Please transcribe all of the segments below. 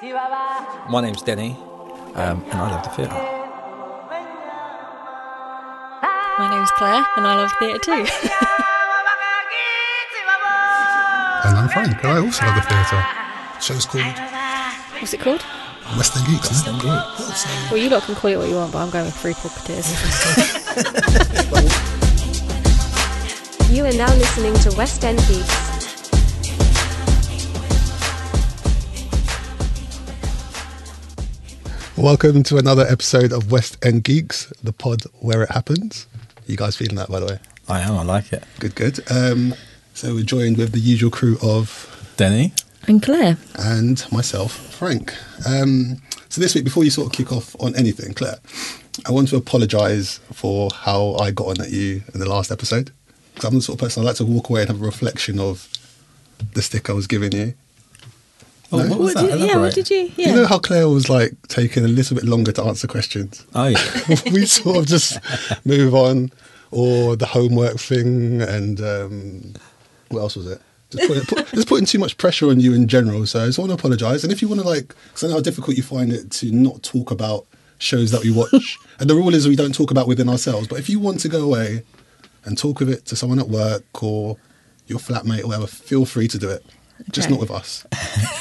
Chihuahua. My name's Denny, um, and I love the theatre. My name's Claire, and I love theatre too. And I'm Frank, and I also love the theatre. Show's called What's it called? West End Geeks. isn't it? Thank you. Well, you lot can call it what you want, but I'm going with Three Pocketeers. You are now listening to West End Geeks. Welcome to another episode of West End Geeks, the pod where it happens. You guys feeling that, by the way? I am. I like it. Good, good. Um, so we're joined with the usual crew of Denny. and Claire. and myself, Frank. Um, so this week, before you sort of kick off on anything, Claire, I want to apologise for how I got on at you in the last episode because I'm the sort of person I like to walk away and have a reflection of the stick I was giving you. Oh, No. what was that? yeah, what did you? Yeah. You know how Claire was like taking a little bit longer to answer questions. Oh, yeah. we sort of just move on, or the homework thing, and um, what else was it? Just putting, put, just putting too much pressure on you in general. So I just want to apologise. And if you want to like, because I know how difficult you find it to not talk about shows that we watch, and the rule is we don't talk about within ourselves. But if you want to go away and talk with it to someone at work or your flatmate or whatever, feel free to do it. Just Okay. not with us.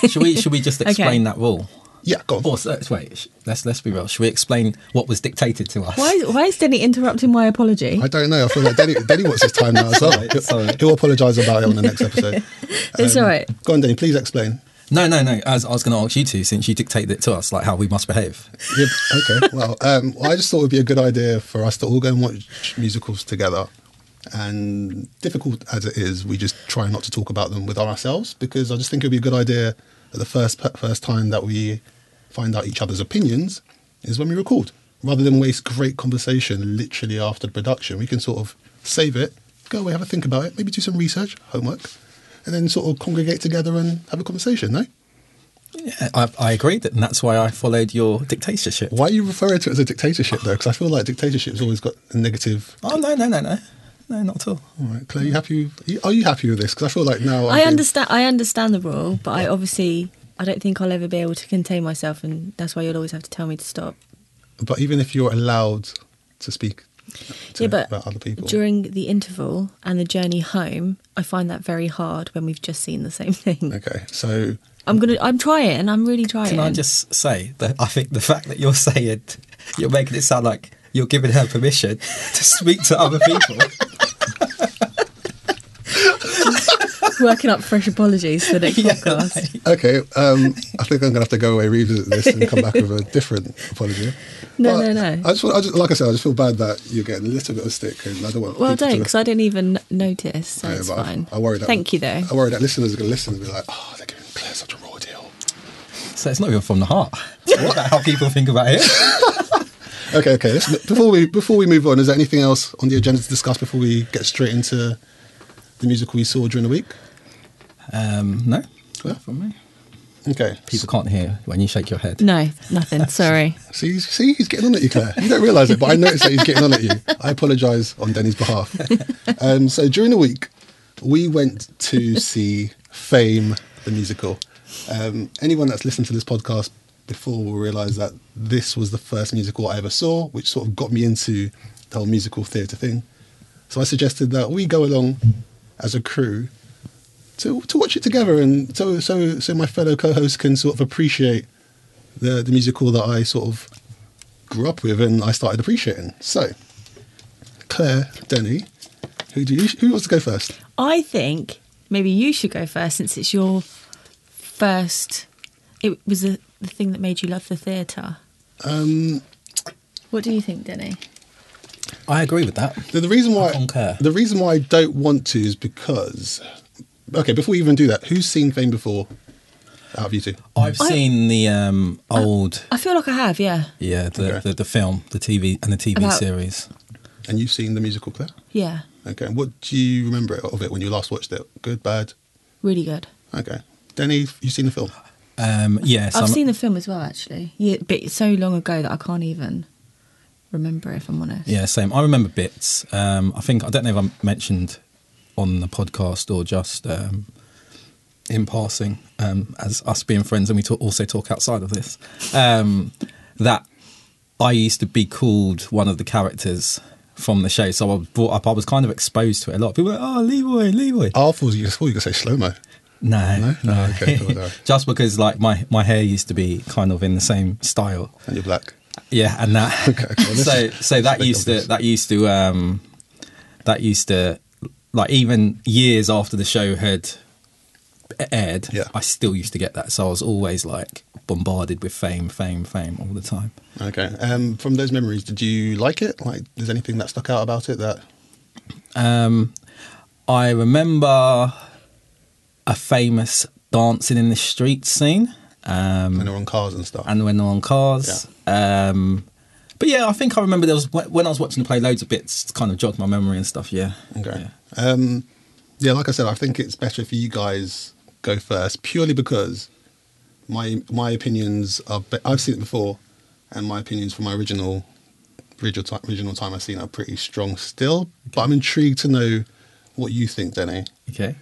should we should we just explain that rule? Yeah, go on. Or so- let's wait. sh- Let's let's be real. Should we explain what was dictated to us? Why, why is Denny interrupting my apology? I don't know. I feel like Denny, Denny wants his time now as well. Sorry, sorry. He'll, he'll apologise about it on the next episode. It's um, all right. Go on, Denny. Please explain. No, no, no. As I was going to ask you to, since you dictated it to us, like how we must behave. Yep. Okay. Well, um, I just thought it would be a good idea for us to all go and watch musicals together. And difficult as it is, we just try not to talk about them with ourselves because I just think it would be a good idea at the first first time that we find out each other's opinions is when we record, rather than waste great conversation literally after the production. We can sort of save it, go away, have a think about it, maybe do some research, homework, and then sort of congregate together and have a conversation. No, I, I agreed, and that's why I followed your dictatorship. Why are you referring to it as a dictatorship though? Because I feel like dictatorship's always got a negative. Oh no, no, no, no, no, not at all. All right, Claire, you happy? Are you happy with this? Because I feel like now I'm I being- understand. I understand the rule, but I obviously I don't think I'll ever be able to contain myself, and that's why you'll always have to tell me to stop. But even if you're allowed to speak to, yeah, but about other people, during the interval and the journey home, I find that very hard when we've just seen the same thing. okay. So I'm gonna. I'm trying. I'm really trying. Can I just say that I think the fact that you're saying you're making it sound like you're giving her permission to speak to other people. working up fresh apologies for the next Yeah, podcast? like- okay, um, I think I'm gonna have to go away revisit this and come back with a different apology. No, But no, no. I just, want- I just like I said, I just feel bad that you're getting a little bit of stick, and I don't want. Well, people don't to- because I didn't even notice, so Yeah, it's but I- fine. I, worry that. Thank you, though. I worry that listeners are gonna listen and be like, oh, they're giving Claire such a raw deal. So it's not even from the heart. It's all about how people think about it. Okay, okay. Let's, before we before we move on, is there anything else on the agenda to discuss before we get straight into the musical we saw during the week? Um, no, Yeah. from me. Okay. People can't hear when you shake your head. No, nothing. Sorry. See, he's- see, he's getting on at you, Claire. You don't realise it, but I noticed that he's getting on at you. I apologise on Denny's behalf. Um, so during the week, we went to see Fame the musical. Um, anyone that's listened to this podcast before will realise that this was the first musical I ever saw, which sort of got me into the whole musical theatre thing. So I suggested that we go along as a crew to to watch it together, and so so so my fellow co-hosts can sort of appreciate the the musical that I sort of grew up with and I started appreciating. So, Claire, Denny, who do you who wants to go first? I think maybe you should go first since it's your first. It was the, the thing that made you love the theatre. Um, What do you think, Denny? I agree with that. the, the reason why I concur. the reason why I don't want to is because okay, before we even do that, who's seen Fame before? Out of you two, I've seen the um, Uh, old, I feel like I have, yeah, yeah, the, Okay. the, the film, the TV, and the TV About- series. and you've seen the musical, Claire. yeah, Okay, what do you remember of it when you last watched it? Good, bad. really good. Okay, Denny, you've seen the film. Um, yeah, so I've I'm- seen the film as well, actually. Yeah, but it's so long ago that I can't even remember if I'm honest. Yeah, same. I remember bits. Um, I think I don't know if I mentioned on the podcast or just um, in passing, um, as us being friends, and we talk, also talk outside of this, um, that I used to be called one of the characters from the show. So I was brought up, I was kind of exposed to it a lot. People were like, oh, Leroy, Leroy. I thought you, I thought you were going to say slow mo. No, No? No, okay, cool, no. Just because like my, my hair used to be kind of in the same style. And you're black. Yeah, and that. okay, well, this so is- so that this is used to obvious. that used to um, that used to like even years after the show had aired, Yeah. I still used to get that. So I was always like bombarded with fame, fame, fame all the time. Okay. Um, from those memories, did you like it? Like, there's anything that stuck out about it that Um, I remember a famous dancing in the street scene. Um, when they were on cars and stuff? and when they're on cars. Um, but yeah, I think I remember there was when I was watching the play, loads of bits kind of jogged my memory and stuff. Yeah. Okay. Yeah. Um, yeah, like I said, I think it's better if you guys go first, purely because my my opinions are. Be- I've seen it before, and my opinions from my original original time, original time I've seen are pretty strong still. But I'm intrigued to know what you think, Denny. Okay.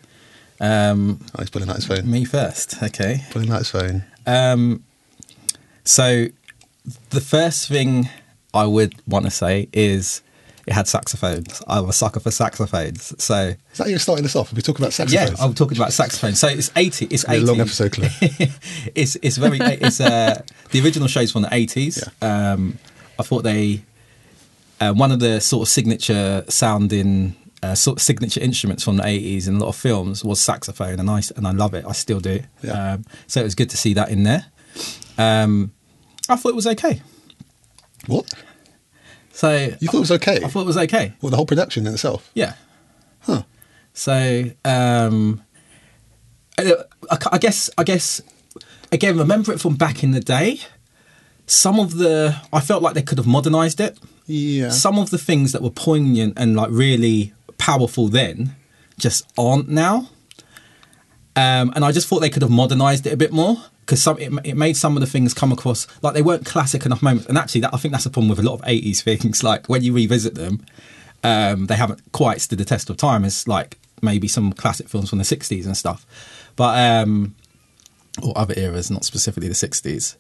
Um, Oh, he's pulling out his phone. me first. Okay. Pulling out his phone. Um, so the first thing I would want to say is it had saxophones. I'm a sucker for saxophones. So Is that you starting this off? Are we talking about yeah, saxophones? I'm talking about saxophones. So it's 80. It's It'll be 80. a long episode, Claire. it's it's very it's uh the original show's from the eighties. Um, I thought they uh, one of the sort of signature sounding uh, sort of signature instruments from the eighties in a lot of films was saxophone, and I s- and I love it. I still do. Yeah. Um, so it was good to see that in there. Um, I thought it was okay. what? So You thought it was okay? I thought it was okay. well, the whole production in itself. Yeah. Huh. So um, I, I ca- I guess I guess again, remember it from back in the day. Some of the I felt like they could have modernized it. Yeah. Some of the things that were poignant and like really powerful then just aren't now. Um, and I just thought they could have modernized it a bit more because some it, it made some of the things come across like they weren't classic enough moments. And actually, that I think that's the problem with a lot of '80s things. Like when you revisit them, um, they haven't quite stood the test of time as like maybe some classic films from the '60s and stuff, but um, or other eras, not specifically the '60s.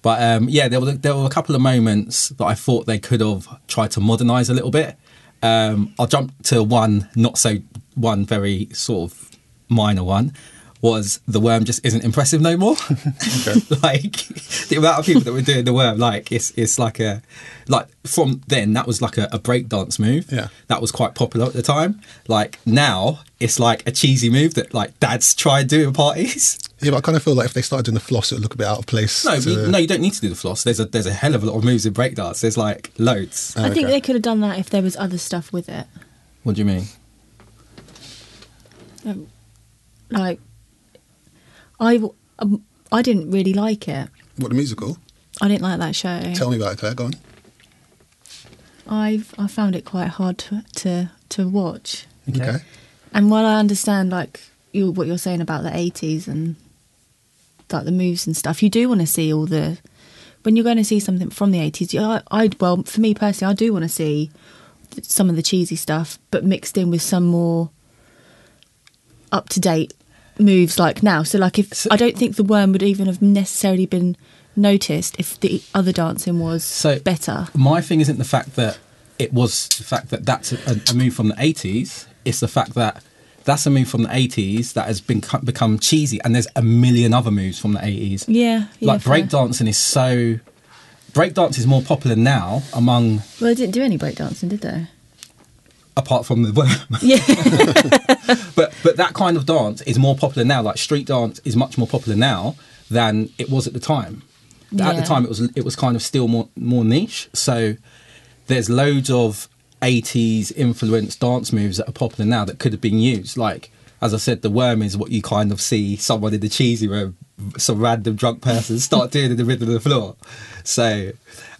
But um, yeah, there were there were a couple of moments that I thought they could have tried to modernise a little bit. Um, I'll jump to one not so one very sort of minor one was the worm just isn't impressive no more. like the amount of people that were doing the worm, like it's it's like a like from then that was like a, a breakdance move. Yeah. That was quite popular at the time. Like now it's like a cheesy move that like dads try and do in parties. yeah, but I kind of feel like if they started doing the floss, it would look a bit out of place. No, to- you, no, you don't need to do the floss. There's a there's a hell of a lot of moves in breakdance. There's like loads. I think okay. they could have done that if there was other stuff with it. Uh, What do you mean? Like, I, w- um, I didn't really like it. What, the musical? I didn't like that show. Tell me about it, Claire. Go on. I've I found it quite hard to to, to watch. Okay. And while I understand like you what you're saying about the eighties and like the moves and stuff, you do want to see all the when you're going to see something from the eighties. I, I well for me personally, I do want to see th- some of the cheesy stuff, but mixed in with some more up to date moves like now. So like if So- I don't think the worm would even have necessarily been noticed if the other dancing was So- better. My thing isn't the fact that it was the fact that that's a, a move from the 80s. It's the fact that that's a move from the 80s that has been become cheesy, and there's a million other moves from the 80s. Yeah, yeah, like fair. breakdancing is so. Breakdance is more popular now among, Well, they didn't do any breakdancing, did they? apart from the worm. Yeah. but but that kind of dance is more popular now. Like street dance is much more popular now than it was at the time. At the Yeah. time, it was it was kind of still more more niche. So there's loads of 80s influenced dance moves that are popular now that could have been used. Like as I said, the worm is what you kind of see someone in the cheesy room, some random drunk person start doing in the middle of the floor. So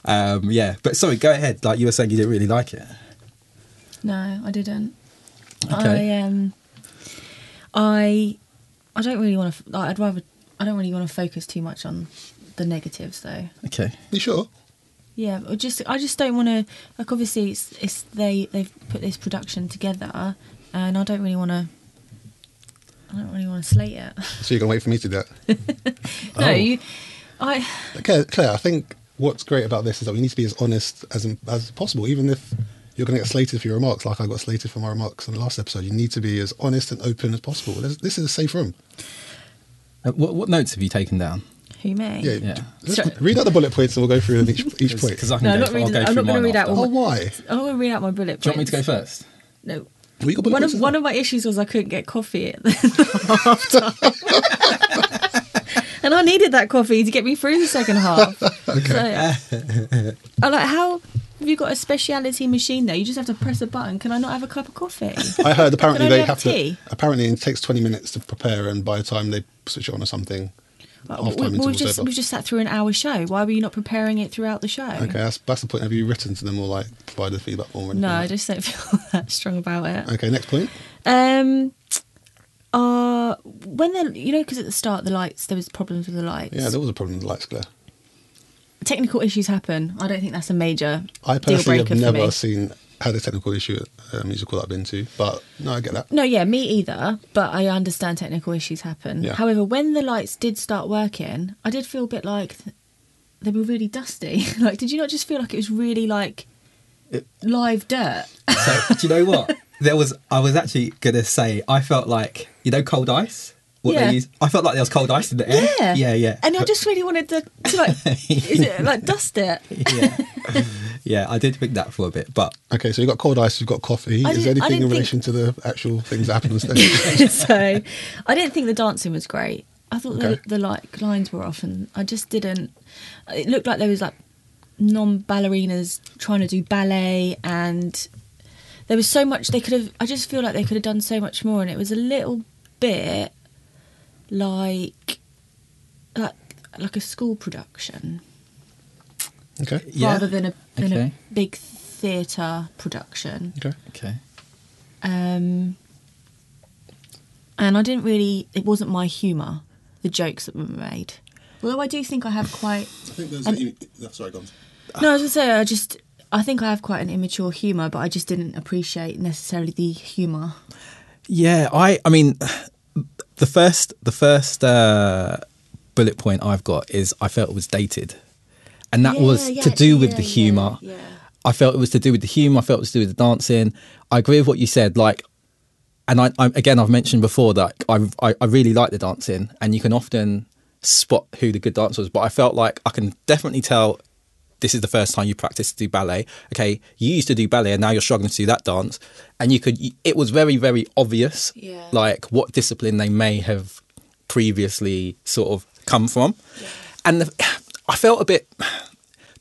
um, yeah, but sorry, go ahead. Like you were saying, you didn't really like it. no, I didn't. Okay. I um, I, I don't really want to. Like, I'd rather. I don't really want to focus too much on the negatives, though. Okay. You sure? Yeah, or just I just don't want to. Like, obviously, it's, it's they they've put this production together, and I don't really want to. I don't really want to slate it. So you're gonna wait for me to do that. no, Oh. you. I. Claire, Claire, I think what's great about this is that we need to be as honest as as possible, even if you're going to get slated for your remarks, like I got slated for my remarks on the last episode. You need to be as honest and open as possible. This, this is a safe room. Uh, what, what notes have you taken down? Who may? Yeah, Yeah. let's So- read out the bullet points and we'll go through them each each point. Because I can No, I'm go, not I'll reading- go I'm through not gonna mine read out after. Oh, why? I'm not going to read out my bullet points. Do you want me to go first? No. We got bullet One points. of, as one well. of my issues was I couldn't get coffee at the half time. and I needed that coffee to get me through the second half. So, I'm like, how have you got a speciality machine there? You just have to press a button. Can I not have a cup of coffee? I heard apparently Can I they have have tea? to. Apparently, it takes 20 minutes to prepare, and by the time they switch it on or something, Like, half we, time we've, intervals just, over. we've just sat through an hour show. Why were you not preparing it throughout the show? Okay, that's, that's the point. Have you written to them or like provided feedback form? Or anything No, I like just don't feel that strong about it. that? Okay, next point. Um, uh, when the you know, because at the start the lights there was problems with the lights. Yeah, there was a problem with the lights, Claire. technical issues happen. I don't think that's a major I deal personally have breaker for me. never seen had a technical issue at a musical that I've been to, but no, I get that. no, yeah, me either. But I understand technical issues happen. Yeah. However, when the lights did start working, I did feel a bit like th- they were really dusty. like, did you not just feel like it was really like live dirt? So, do you know what? There was. I was actually gonna say. I felt like you know cold ice. What Yeah. they use. I felt like there was cold ice in the air. Yeah. Yeah. Yeah. And I just really wanted to, to like, is it like dust it? yeah. yeah. I did think that for a bit, but Okay, so you've got cold ice, you've got coffee. I Is there didn't- I anything in didn't relation to the actual things that happen on stage? so I didn't think the dancing was great. I thought Okay. the, the like lines were off, and I just didn't. It looked like there was like non ballerinas trying to do ballet, and there was so much they could have. I just feel like they could have done so much more, and it was a little bit like like like a school production okay, yeah. rather than a than Okay. a big theatre production. okay. okay. Um, and I didn't really, it wasn't my humour, the jokes that were made. Although I do think I have quite, I think there's. sorry, gone. no, I was going to say, I just, I think I have quite an immature humour, but I just didn't appreciate necessarily the humour. Yeah, I I mean the first the first uh, bullet point I've got is I felt it was dated. And that Yeah, was yeah, to do with yeah, the yeah, humour. yeah. I felt it was to do with the humour, I felt it was to do with the dancing. I agree with what you said, like and I, I again I've mentioned before that I, I I really like the dancing and you can often spot who the good dancer was, but I felt like I can definitely tell this is the first time you practice to do ballet. Okay, you used to do ballet and now you're struggling to do that dance. And you could, it was very, very obvious, Yeah. like what discipline they may have previously sort of come from. And the, I felt a bit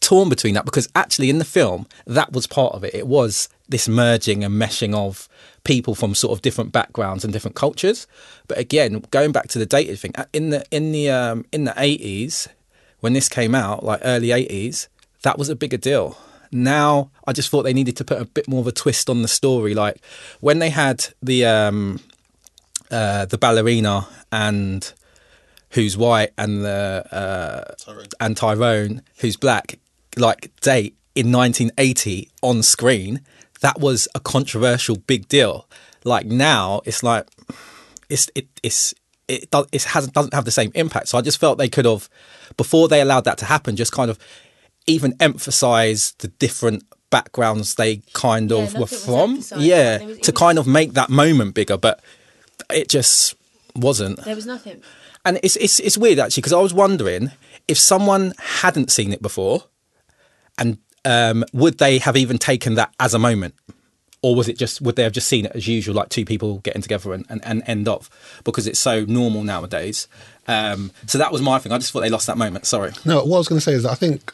torn between that because actually in the film, that was part of it. It was this merging and meshing of people from sort of different backgrounds and different cultures. But again, going back to the dated thing, uh, in the in the um, in the eighties, when this came out, like early 80s, that was a bigger deal. Now, I just thought they needed to put a bit more of a twist on the story. Like when they had the um, uh, the ballerina and who's white and the uh, and Tyrone who's black, like date in 1980 on screen, that was a controversial big deal. Like now, it's like it's it, it's it does it has doesn't have the same impact. So I just felt they could have before they allowed that to happen, just kind of even emphasize the different backgrounds they kind of nothing were was from. emphasised. Yeah, There was- it to was- kind of make that moment bigger, but it just wasn't. There was nothing. And it's it's it's weird actually because I was wondering if someone hadn't seen it before, and um, would they have even taken that as a moment, or was it just would they have just seen it as usual, like two people getting together and and, and end off because it's so normal nowadays. Um, so that was my thing. I just thought they lost that moment. Sorry. No, what I was going to say is that I think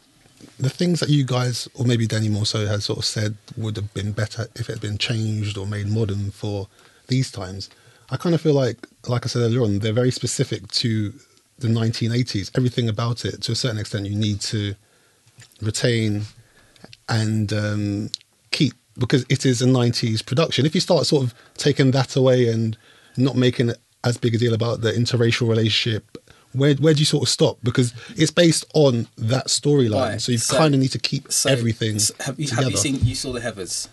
the things that you guys, or maybe Danny more so, has sort of said would have been better if it had been changed or made modern for these times. I kind of feel like, like I said earlier on, they're very specific to the 1980s. Everything about it, to a certain extent, you need to retain and um, keep because it is a 90s production. If you start sort of taking that away and not making it as big a deal about the interracial relationship, where where do you sort of stop? Because it's based on that storyline, Right, so you so- kind of need to keep So everything s- Have you, together. have you seen? You saw the Heathers.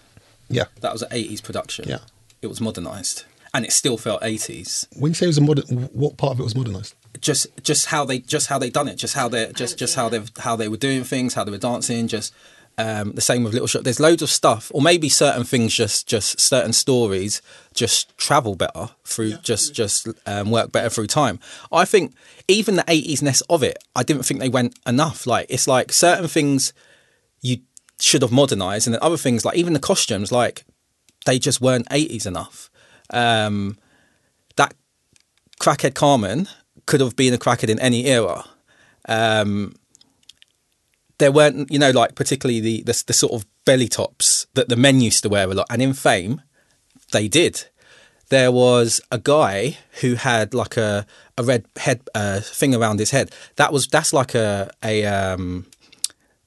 Yeah, That was an eighties production. Yeah. It was modernised. and it still felt 80s. When you say it was a modern, what part of it was modernized? Just just how they just how they done it, just how they just just how they how they were doing things, how they were dancing, just um, the same with Little Shop. There's loads of stuff, or maybe certain things, just just certain stories, just travel better through, just just um, work better through time. I think even the 80s-ness of it, I didn't think they went enough. Like it's like certain things you should have modernized, and then other things like even the costumes, like they just weren't 80s enough. Um, that crackhead Carmen could have been a crackhead in any era. Um, there weren't, you know, like particularly the, the the sort of belly tops that the men used to wear a lot, and in Fame, they did. There was a guy who had like a a red head uh, thing around his head. That was that's like a a um,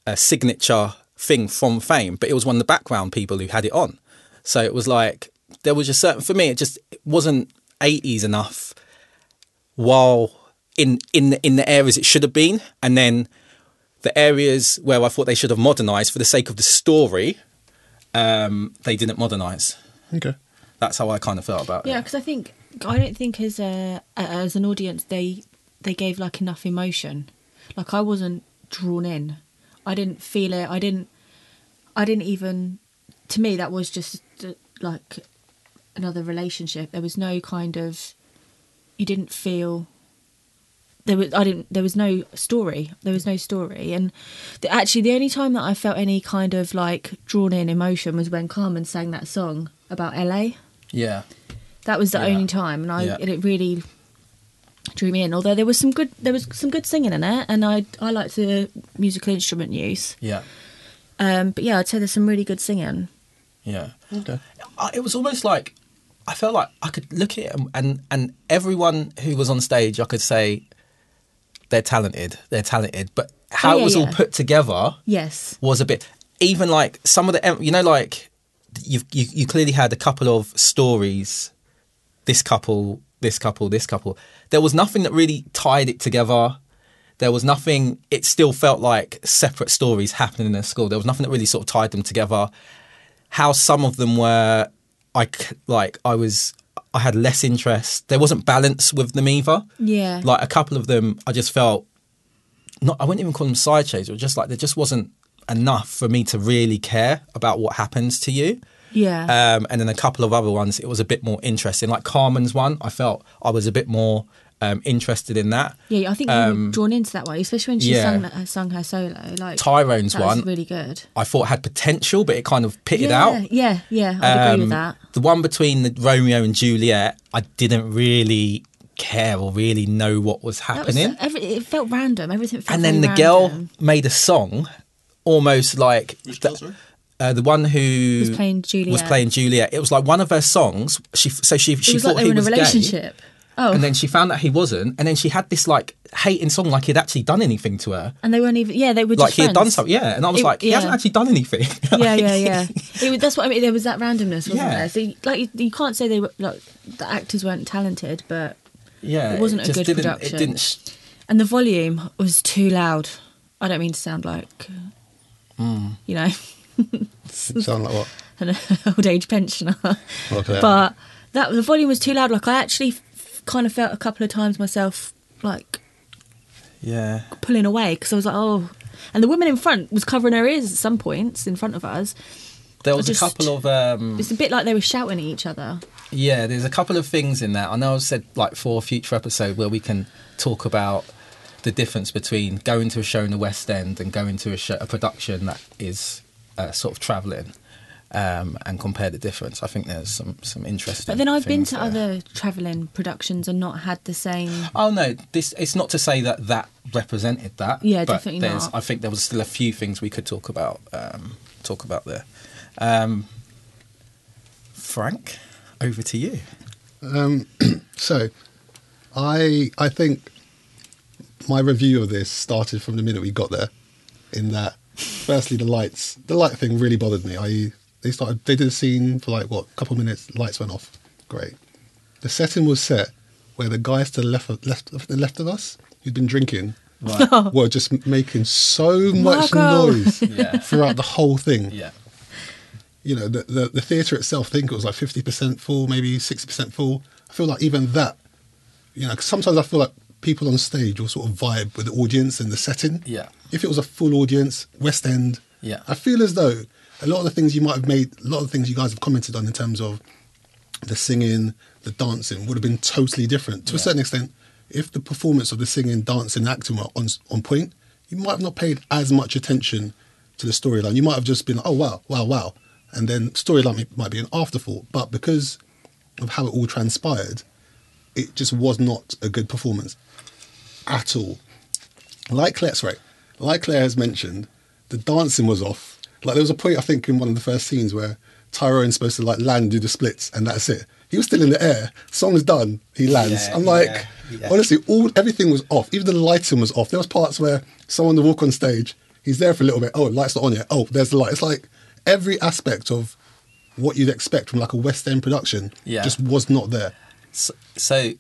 a signature thing from fame, but it was one of the background people who had it on. So it was like there was just certain for me it just it wasn't eighties enough while in in the, in the areas it should have been and then the areas where I thought they should have modernized for the sake of the story um, they didn't modernize. Okay. That's how I kind of felt about Yeah, it. because I think I don't think as a as an audience they they gave like enough emotion. Like I wasn't drawn in. I didn't feel it. I didn't. I didn't even. To me, that was just uh, like another relationship. There was no kind of. You didn't feel. There was I didn't. There was no story. There was no story, and the, actually, the only time that I felt any kind of like drawn in emotion was when Carmen sang that song about LA. Yeah. That was the Yeah. only time, and I Yeah. and it really drew me in. Although there was some good, there was some good singing in it, and I I liked the musical instrument use. Yeah. Um, but yeah, I'd say there's some really good singing. Yeah. Okay. I- it was almost like I felt like I could look at it and, and and everyone who was on stage, I could say they're talented, they're talented, but how Oh, yeah, it was all yeah. put together Yes, was a bit. Even like some of the, em- you know, like you've, you you clearly had a couple of stories. This couple, this couple, this couple. There was nothing that really tied it together. There was nothing. It still felt like separate stories happening in a school. There was nothing that really sort of tied them together. How some of them were, I c- like I was. I had less interest. There wasn't balance with them either. Yeah. Like a couple of them, I just felt not I wouldn't even call them side shows. It was just like there just wasn't enough for me to really care about what happens to you. yeah, Um, and then a couple of other ones, it was a bit more interesting. Like Carmen's one, I felt I was a bit more um, interested in that. yeah. I think you were drawn into that way, especially when she um, yeah. sung that, sung her solo. Like Tyrone's that was one, really good. I thought had potential, but it kind of pitted yeah, out. yeah, yeah. I'd agree with Um, that. The one between the Romeo and Juliet, I didn't really care or really know what was That was, happening. every, it felt random. Everything felt and then the very girl random. made a song almost like the, uh, the one who Was playing was Juliet. playing Juliet. It was like one of her songs. She so she It she was thought like they he were in a was gay, relationship. Oh, and then she found out he wasn't, and then she had this like hating song like he'd actually done anything to her, and they weren't even. Yeah, they were just like he had done friends. something. Yeah, and I was It- like, he hasn't yeah. actually done anything. yeah, yeah, yeah. It was, that's what I mean. There was that randomness, wasn't Yeah. there? So, you- like, you, you can't say they were like the actors weren't talented, but yeah. It wasn't a just good didn't, production. It didn't. sh- and the volume was too loud. I don't mean to sound like, you know, Sound like what? an old age pensioner, Okay. but that the volume was too loud. Like, I actually f- kind of felt a couple of times myself like Yeah, pulling away because I was like, oh. And the woman in front was covering her ears at some points in front of us. there was just- a couple of um, It's a bit like they were shouting at each other. Yeah, there's a couple of things in that. I know I've said like for a future episode where we can talk about the difference between going to a show in the West End and going to a, show, a production that is uh, sort of travelling um, and compare the difference. I think there's some some interesting. But then I've been things to there. other travelling productions and not had the same. Oh no, this it's not to say that that represented that. Yeah, but definitely there's, not. I think there was still a few things we could talk about um, talk about there. Um, Frank, over to you. Um, so, I I think my review of this started from the minute we got there. In that, firstly, the lights, the light thing really bothered me. I they started they did a scene for like what a couple of minutes, lights went off. Great. The setting was set where the guys to the left of, left of the left of us who'd been drinking Right. were just making so much Marco. noise Yeah. throughout the whole thing. yeah. you know, the, the, the theatre itself, I think it was like 50% full, maybe 60% full. I feel like even that, you know, 'cause sometimes I feel like people on stage will sort of vibe with the audience and the setting. Yeah. If it was a full audience, West End, Yeah. I feel as though a lot of the things you might have made, a lot of the things you guys have commented on in terms of the singing, the dancing would have been totally different to a Yeah. certain extent. If the performance of the singing, dancing, and acting were on on point, you might have not paid as much attention to the storyline. You might have just been, oh wow, wow, wow, and then storyline might be an afterthought. But because of how it all transpired, it just was not a good performance at all. Like Claire, sorry, like Claire has mentioned, the dancing was off. Like there was a point I think in one of the first scenes where Tyrone's supposed to like land and do the splits and that's it. He was still in the air. Song's done. He lands. Yeah, I'm like, yeah, yeah. honestly, all everything was off. Even the lighting was off. There was parts where someone would walk on stage. He's there for a little bit. Oh, light's not on yet. Oh, there's the light. It's like every aspect of what you'd expect from like a West End production Yeah. just was not there. So, so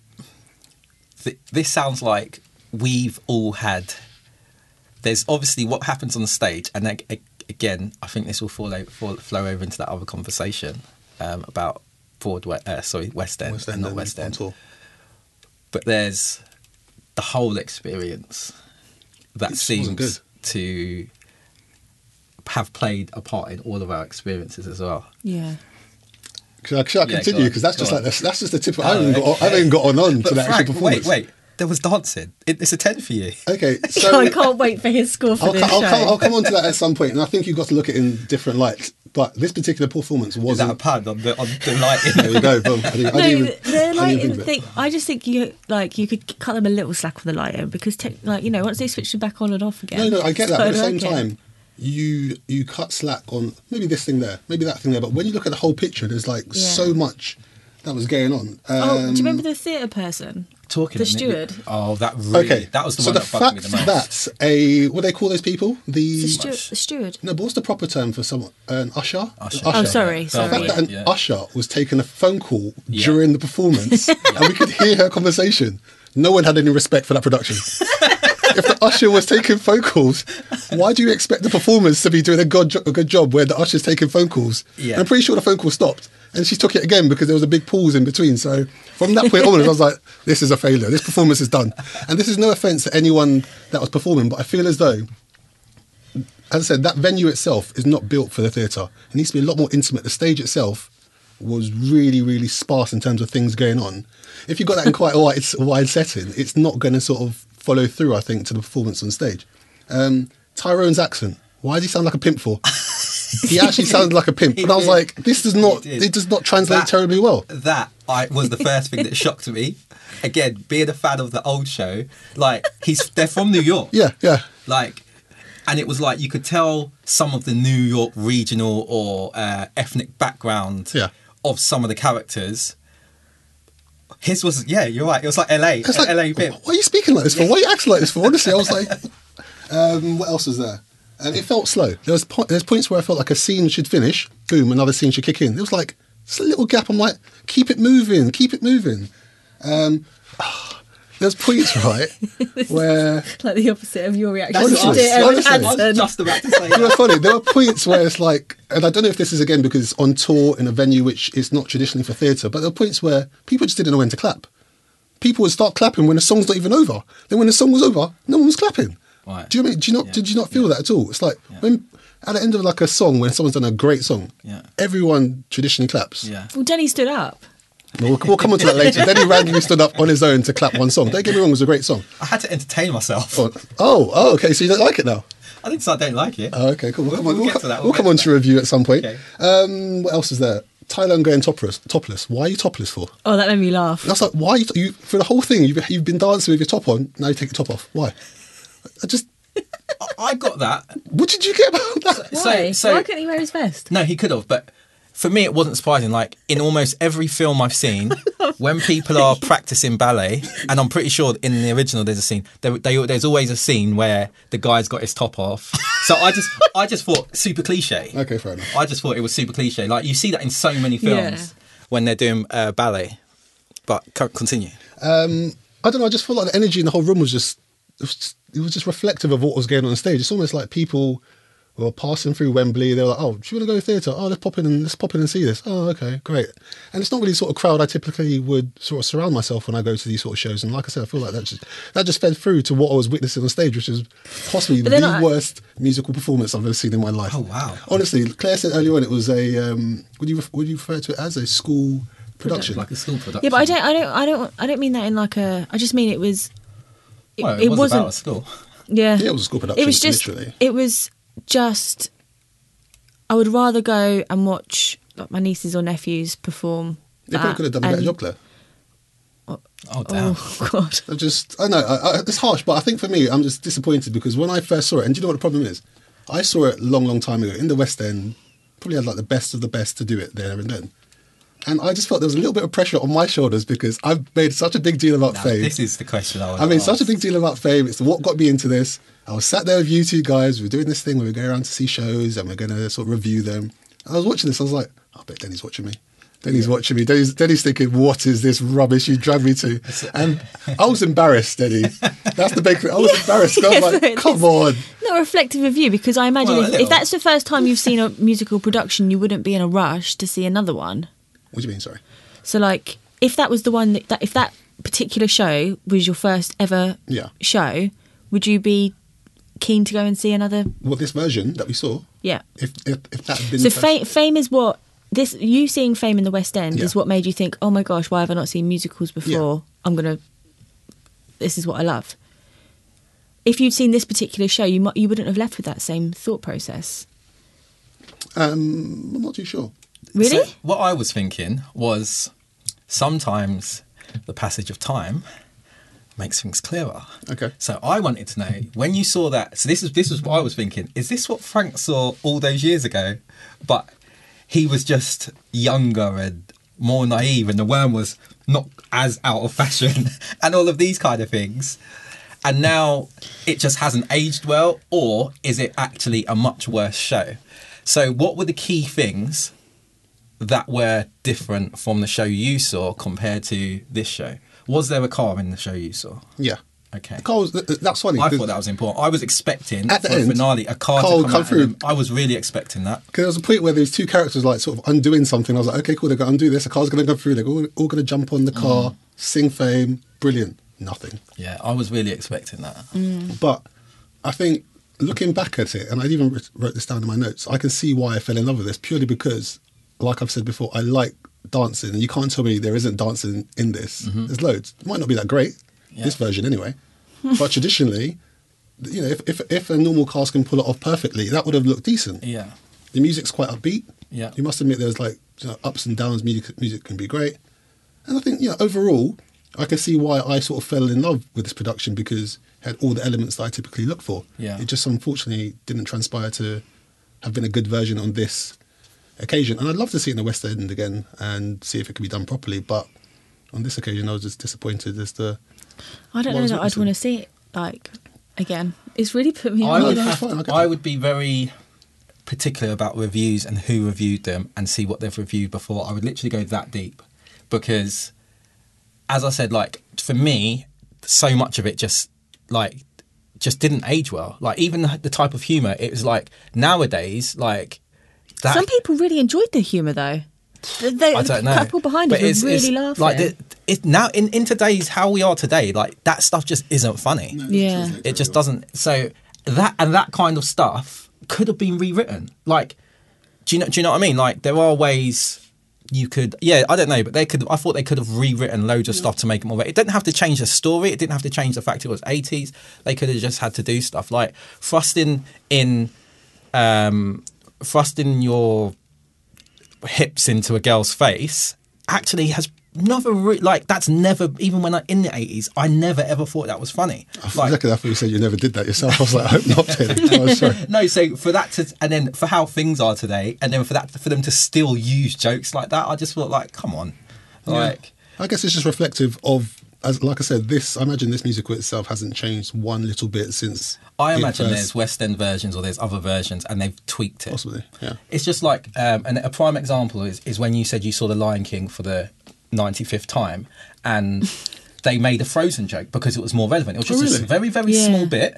th- this sounds like we've all had. There's obviously what happens on the stage, and ag- ag- again, I think this will fall over, fall, flow over into that other conversation um, about Broadway. Uh, sorry, West End, and not and West on End. tour. But there's the whole experience that It just seems wasn't good. to have played a part in all of our experiences as well. Yeah. Should I, should I Yeah, continue? go on, Because that's go just on. like that's, that's just the tip. I haven't Oh, even got on, I okay. haven't even got on, on to But the Frank, actual wait, performance. wait. There was dancing. It, it's a ten for you. Okay, so I can't wait for his score for I'll, this co- I'll, show. come, I'll come on to that at some point, and I think you've got to look at it in different lights. But this particular performance Was that a wasn't. pun on the on the lighting? There you go. Boom. I didn't, I no, didn't even, they're I like didn't even think of it. they, I just think you like you could cut them a little slack with the lighter because tech, like you know once they switch them back on and off again. No, no, I get that. But at it's the so same like it. time, you you cut slack on maybe this thing there, maybe that thing there. But when you look at the whole picture, there's like Yeah. so much that was going on. Um, oh, do you remember the theatre person? Talking The and it- steward. oh, that really. okay, That was the so one the that fucked me the most. fact that a what do they call those people? The, The stew- the steward. No, but what's the proper term for someone? An usher? Usher. An Oh, sorry, The fact sorry. that an Yeah. usher was taking a phone call Yeah. during the performance and we could hear her conversation. No one had any respect for that production. if the usher was taking phone calls, why do you expect the performers to be doing a good, jo- a good job where the usher's taking phone calls? Yeah. And I'm pretty sure the phone call stopped and she took it again because there was a big pause in between. So from that point onwards, I was like, this is a failure. This performance is done. And this is no offense to anyone that was performing, but I feel as though as I said, that venue itself is not built for the theatre. It needs to be a lot more intimate. The stage itself was really, really sparse in terms of things going on. If you've got that in quite a wide, wide setting, it's not going to sort of follow through, I think, to the performance on stage. Um, Tyrone's accent. Why does he sound like a pimp for? he actually sounded like a pimp. He And I was did. like, this does not, He did. it does not translate That- terribly well. That I was the first thing that shocked me. Again, being a fan of the old show, like he's they're from New York. Yeah, yeah. Like, and it was like you could tell some of the New York regional or uh, ethnic background Yeah. of some of the characters. His was yeah, you're right. It was like LA, It's like, LA bit. why are you speaking like this for? Why are you acting like this for? Honestly, I was like, um, what else was there? And it felt slow. There was po- there's points where I felt like a scene should finish, boom, another scene should kick in. There was like just a little gap. I'm like, keep it moving, keep it moving. Um, there's points right where Like the opposite of your reaction. That's to what I- Dear Evan Oh, honestly. I was Hansen. just about to say you know, that. funny. There are points where it's like, and I don't know if this is again because it's on tour in a venue which is not traditionally for theatre, but there are points where people just didn't know when to clap. People would start clapping when the song's not even over. Then when the song was over, no one was clapping. Right. Do you know what I mean? Do you not? Yeah. Did you not feel that at all? It's like Yeah. when at the end of like a song when someone's done a great song, Yeah. everyone traditionally claps. Yeah. Well, Denny stood up. We'll, we'll come on to that later. then he randomly stood up on his own to clap one song. Don't get me wrong, it was a great song. I had to entertain myself. Oh, oh, oh, okay. So you don't like it now? I didn't say I don't like it. Oh, okay, cool. We'll, We'll- come on, we'll we'll get co- to that, we'll we'll come get on to to review at some point. Okay. Um, what else is there? Thailand going topless. Topless. Why are you topless for? Oh, that made me laugh. And I was like, why? Are you, you for the whole thing, you've, you've been dancing with your top on. Now you take your top off. Why? I just. I- I got that. What did you get about that? Why? So, Why so couldn't he wear his vest? no, he could have, but for me, it wasn't surprising. Like in almost every film I've seen, when people are practicing ballet, and I'm pretty sure in the original there's a scene. There, they, there's always a scene where the guy's got his top off. So I just, I just thought super cliche. Okay, fair enough. I just thought it was super cliche. Like you see that in so many films when they're doing uh, ballet. But co- continue. Um, I don't know. I just felt like the energy in the whole room was just it was just, it was just reflective of what was going on on stage. It's almost like people We were passing through Wembley. They were like, "Oh, do you want to go to theatre? Oh, let's pop in and let's pop in and see this. Oh, okay, great." And it's not really the sort of crowd I typically would sort of surround myself when I go to these sort of shows. And like I said, I feel like that just that just fed through to what I was witnessing on stage, which is possibly But the they're not- worst musical performance I've ever seen in my life. Oh, wow. Honestly, Claire said earlier on it was a um, would you ref- would you refer to it as a school production? Like a school production. Yeah, but I don't, I don't, I don't, I don't mean that in like a. I just mean it was. It, Well, it, it was wasn't. about a school. yeah. Yeah, it was a school production, It was just. literally. It was just. I would rather go and watch like my nieces or nephews perform. They probably that could have done a better and- job, Claire. Oh damn! Oh God! I just, I know, I, I, it's harsh, but I think for me, I'm just disappointed because when I first saw it, and do you know what the problem is? I saw it a long, long time ago in the West End, probably had like the best of the best to do it there and then. And I just felt there was a little bit of pressure on my shoulders because I've made such a big deal about Now, fame. this is the question I was. I made such a asked. big deal about fame. It's what got me into this. I was sat there with you two guys. We were doing this thing where we're going around to see shows and we're going to sort of review them. And I was watching this. I was like, I bet Denny's watching me. Denny's watching me. Denny's, Denny's thinking, what is this rubbish you dragged me to? And I was embarrassed, Denny. That's the big thing. I was embarrassed. I was like, come on. Not reflective of you because I imagine Well, a if, little. if that's the first time you've seen a musical production, you wouldn't be in a rush to see another one. What do you mean, sorry? So like if that was the one that, that if that particular show was your first ever Yeah. show, would you be keen to go and see another? Well, this version that we saw, Yeah. if, if, if that had been So the first- fame, fame is what this you seeing fame in the West End Yeah. is what made you think, "Oh my gosh, why have I not seen musicals before? I'm going to this is what I love." If you'd seen this particular show, you might, you wouldn't have left with that same thought process. um, I'm not too sure. Really? So what I was thinking was sometimes the passage of time makes things clearer. Okay. So I wanted to know when you saw that. So this is this was what I was thinking. Is this what Frank saw all those years ago? But he was just younger and more naive, and the worm was not as out of fashion, and all of these kind of things. And now it just hasn't aged well, or is it actually a much worse show? So what were the key things that were different from the show you saw compared to this show? Was there a car in the show you saw? Yeah. Okay. Carl was- th- th- that's funny. I thought that was important. I was expecting At the for end, a finale a car to Carl come, come out through. and I was really expecting that. Because there was a point where these two characters like sort of undoing something. I was like, okay, cool, they're going to undo this. The car's going to go through. They're all, all going to jump on the car, sing fame. Brilliant. Nothing. Yeah, I was really expecting that. Mm. But I think looking back at it, and I even writ- wrote this down in my notes, I can see why I fell in love with this purely because, like I've said before, I like dancing. And you can't tell me there isn't dancing in this. There's loads. It might not be that great, Yeah. this version anyway. but traditionally, you know, if, if, if a normal cast can pull it off perfectly, that would have looked decent Yeah. the music's quite upbeat. Yeah. You must admit there's like you know, ups and downs. Music, music can be great. And I think, yeah, overall, I can see why I sort of fell in love with this production because it had all the elements that I typically look for. Yeah. It just unfortunately didn't transpire to have been a good version on this occasion. And I'd love to see it in the West End again and see if it can be done properly. But on this occasion, I was just disappointed as to. I don't What know was that it I'd you want to see it like again. It's really put me I off. would, no, have fine, I to, get I that. would be very particular about reviews and who reviewed them and see what they've reviewed before. I would literally go that deep because, as I said, like for me, so much of it just like just didn't age well. Like even the, the type of humor, it was like nowadays, like that. Some people really enjoyed the humour though. The, the, I the don't know. couple behind us were really laughing. Like the, it, now in, in today's how we are today, like that stuff just isn't funny. Yeah. It just doesn't. So that and that kind of stuff could have been rewritten. Like, do you know? Do you know what I mean? Like, there are ways you could. Yeah, I don't know, but they could. I thought they could have rewritten loads of stuff to make it more. It didn't have to change the story. It didn't have to change the fact it was eighties. They could have just had to do stuff like thrusting in, um, thrusting your hips into a girl's face actually has never re- like that's never even when I in the eighties I never ever thought that was funny. Like, exactly. I thought you said you never did that yourself. I was like, I hope not. Then. I was sorry. no, so for that to, and then for how things are today, and then for that, for them to still use jokes like that, I just felt like, come on, like, I guess it's just reflective of, as like I said, this. I imagine this musical itself hasn't changed one little bit since. I it imagine first- there's West End versions or there's other versions, and they've tweaked it. possibly, yeah. It's just like, um, and a prime example is, is when you said you saw The Lion King for the 95th time, and they made a Frozen joke because it was more relevant. It was just Oh, a really? s- very, very Yeah. small bit,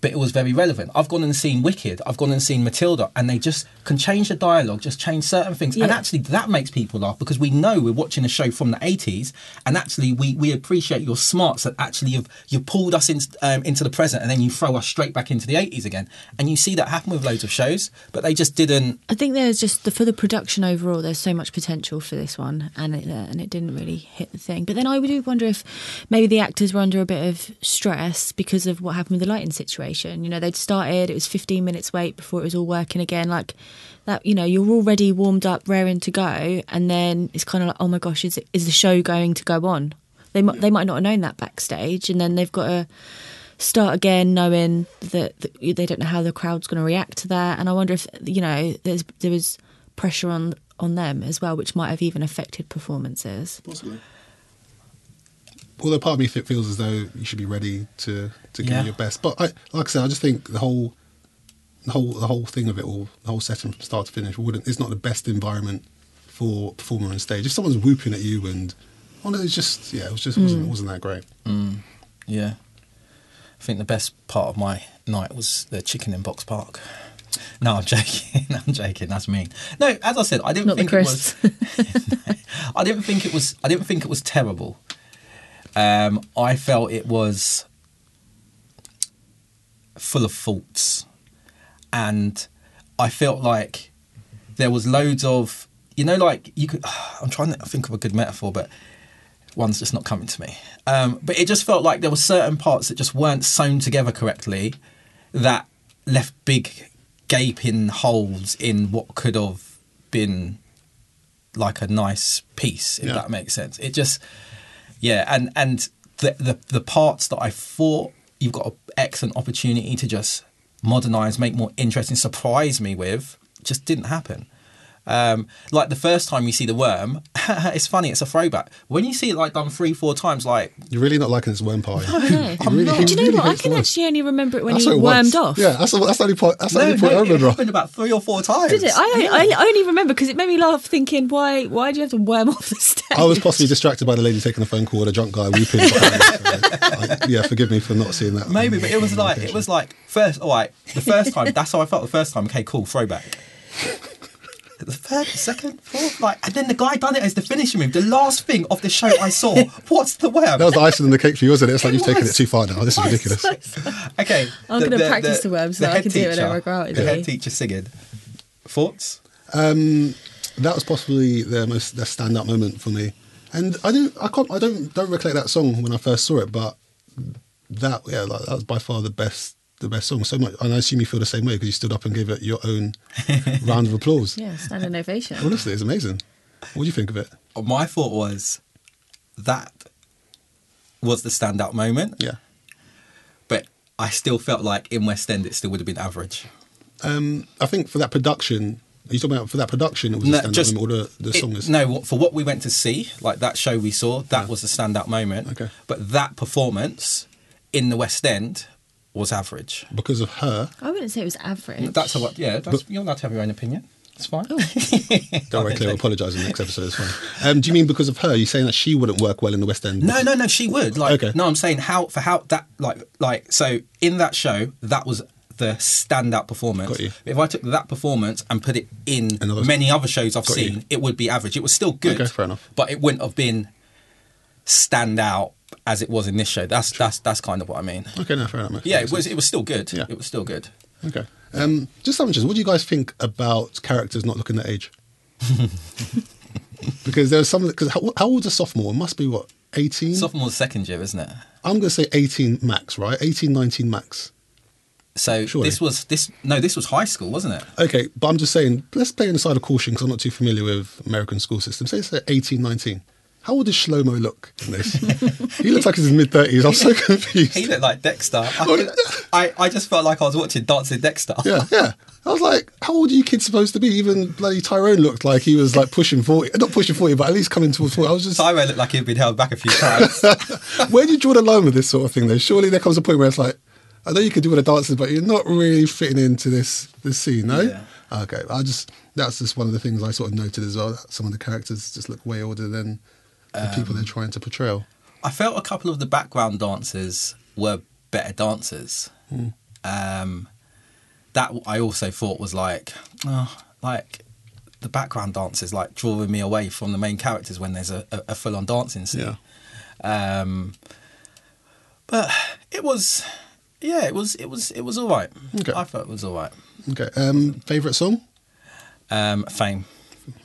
but it was very relevant. I've gone and seen Wicked, I've gone and seen Matilda, and they just can change the dialogue, just change certain things. And Yeah. actually, that makes people laugh because we know we're watching a show from the 80s, and actually, we, we appreciate your smarts that actually you've, you pulled us in, um, into the present and then you throw us straight back into the 80s again. And you see that happen with loads of shows, but they just didn't. I think there's just the, for the production overall. There's so much potential for this one, and it uh, and it didn't really hit the thing. But then I do wonder if maybe the actors were under a bit of stress because of what happened with the lighting situation. You know, they'd started. It was 15 minutes wait before it was all working again. Like that. You know, you're already warmed up, raring to go, and then it's kind of like, oh my gosh, is it, is the show going to go on? They might they might not have known that backstage, and then they've got to start again knowing that, that they don't know how the crowd's going to react to that and i wonder if you know there's there was pressure on on them as well which might have even affected performances Possibly. Although part of me fe- feels as though you should be ready to to give Yeah. it your best, but I, like I said, I just think the whole the whole the whole thing of it all, the whole session from start to finish, wouldn't it's not the best environment for performer on stage. If someone's whooping at you and oh no, it's just yeah, it was just wasn't, Mm. wasn't that great. Yeah. I think the best part of my night was the chicken in Box Park. No, I'm joking. I'm joking. That's mean. No, as I said, I didn't Not the think it was. I didn't think it was. I didn't think it was terrible. Um, I felt it was full of faults, and I felt like there was loads of you know, like you could. I'm trying to think of a good metaphor, but one's just not coming to me. Um, but it just felt like there were certain parts that just weren't sewn together correctly, that left big gaping holes in what could have been like a nice piece, if Yeah. that makes sense. It just, yeah, and and the the, the parts that I thought you've got an excellent opportunity to just modernize, make more interesting, surprise me with, just didn't happen. Um, like the first time you see the worm, it's funny, it's a throwback. When you see it like done three, four times, like You're really not liking this worm pie. no. You really- do you know really what i hates can worm. actually only remember it when That's he what it wormed was. off Yeah, that's the, that's the only part. That's the no, only point I no, it remember. happened about three or four times. did it? I, I only remember because it made me laugh, thinking, why why do you have to worm off the stage? I was possibly distracted by the lady taking a phone call and a drunk guy weeping. behind us. So, I- yeah, forgive me for not seeing that. Maybe, but it was like it was like first. All right, the first time. that's how I felt the first time. Okay, cool, throwback. The third, second, fourth, like, and then the guy done it as the finishing move. The last thing of the show I saw. What's the worm? That was the icing on the cake for you, wasn't it? It's like It you've taken it was. too far now. This is It was. ridiculous. okay, I'm gonna practice the worm so that I head can do it teacher- and regret it, The really. head teacher singing. Thoughts? That was possibly their most their stand up moment for me. And I do I can't I don't don't recollect that song when I first saw it, but that yeah like, that was by far the best the best song. So much, and I assume you feel the same way because you stood up and gave it your own round of applause. yeah, standing ovation. Honestly, it's amazing. What do you think of it? My thought was that was the standout moment, Yeah. but I still felt like in West End it still would have been average. Um, I think for that production, are you talking about for that production? It was No, a stand up just- moment, or the, the It- song is no what- for what we went to see like that show we saw that was a standout moment Okay. but that performance in the west end was average because of her. I wouldn't say it was average. that's how I- yeah that's, you're allowed to have your own opinion it's fine Don't worry, Claire. Apologise in the next episode. It's fine. Um, do you mean because of her? You're saying that she wouldn't work well in the West End? no no no she would like Okay. no i'm saying how for how that like like so in that show that was the standout performance. Got you. If I took that performance and put it in Another- many other shows I've Got you. seen, it would be average. It was still good, Okay, fair enough. but it wouldn't have been stand out as it was in this show. That's that's that's kind of what I mean. Okay, no, fair enough. mate. Yeah, Makes it was. It was still good. Yeah. It was still good. sense. Okay. Um, just something, just what do you guys think about characters not looking their age? because there's some. Because how, how old's a sophomore? It must be what 18. Sophomore's second year, isn't it? I'm going to say 18 max, right? 18, 19 max. So Surely. this was this. No, this was high school, wasn't it? Okay, but I'm just saying, let's play on the side of caution because I'm not too familiar with American school system. Say it's like 18, 19. How old does Shlomo look in this? he looks like he's in his mid 30s. I'm so confused. He looked like Dexter. I, could- I, I just felt like I was watching Dancing Dexter. Yeah, yeah. I was like, how old are you kids supposed to be? Even bloody Tyrone looked like he was like pushing 40. Not pushing 40, but at least coming towards 40. I was just, Tyro looked like he'd been held back a few times. where do you draw the line with this sort of thing though? Surely there comes a point where it's like, I know you can do all the dances, but you're not really fitting into this this scene, no? Yeah. Okay, I just, that's just one of the things I sort of noted as well. That some of the characters just look way older than the Um, people they're trying to portray. Hmm. I felt a couple of the background dancers were better dancers. Um, that I also thought was like, oh, like the background dance is like drawing me away from the main characters when there's a, a, a full on dancing scene. Yeah. Um, but it was, yeah, it was, it was, it was all right. Okay. I thought it was all right. Okay. Um, favorite song? Um, fame.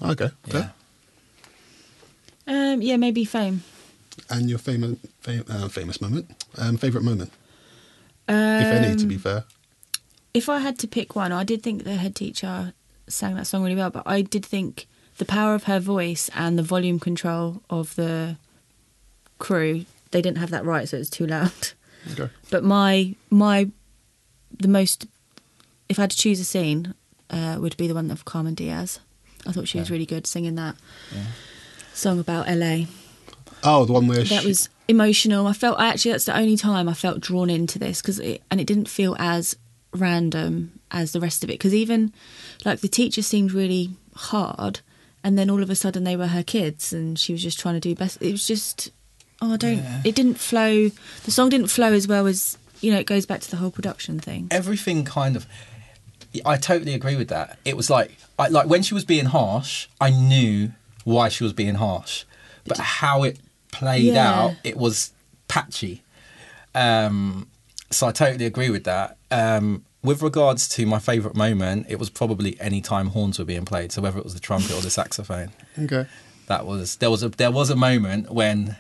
Okay. fair. Yeah. Um, yeah, maybe fame. And your famous fam- uh, famous moment? Um, favorite moment, Um, if any, to be fair. if I had to pick one, I did think the head teacher sang that song really well, but I did think the power of her voice and the volume control of the crew, they didn't have that right, so it was too loud. Okay. But my my the most if I had to choose a scene, uh, would be the one of Carmen Diaz. I thought she was Yeah. really good singing that song about LA. Oh, the one where That she- was emotional. I felt I actually that's the only time I felt drawn into this because it, and it didn't feel as random as the rest of it because even like the teacher seemed really hard and then all of a sudden they were her kids and she was just trying to do best it was just oh I don't it didn't flow the song didn't flow as well as you know it goes back to the whole production thing everything kind of I totally agree with that. It was like I, like when she was being harsh, I knew why she was being harsh, but how it played Yeah. out, it was patchy. Um, so I totally agree with that. Um, with regards to my favourite moment, it was probably any time horns were being played. So whether it was the trumpet or the saxophone, Okay. that was there was a there was a moment when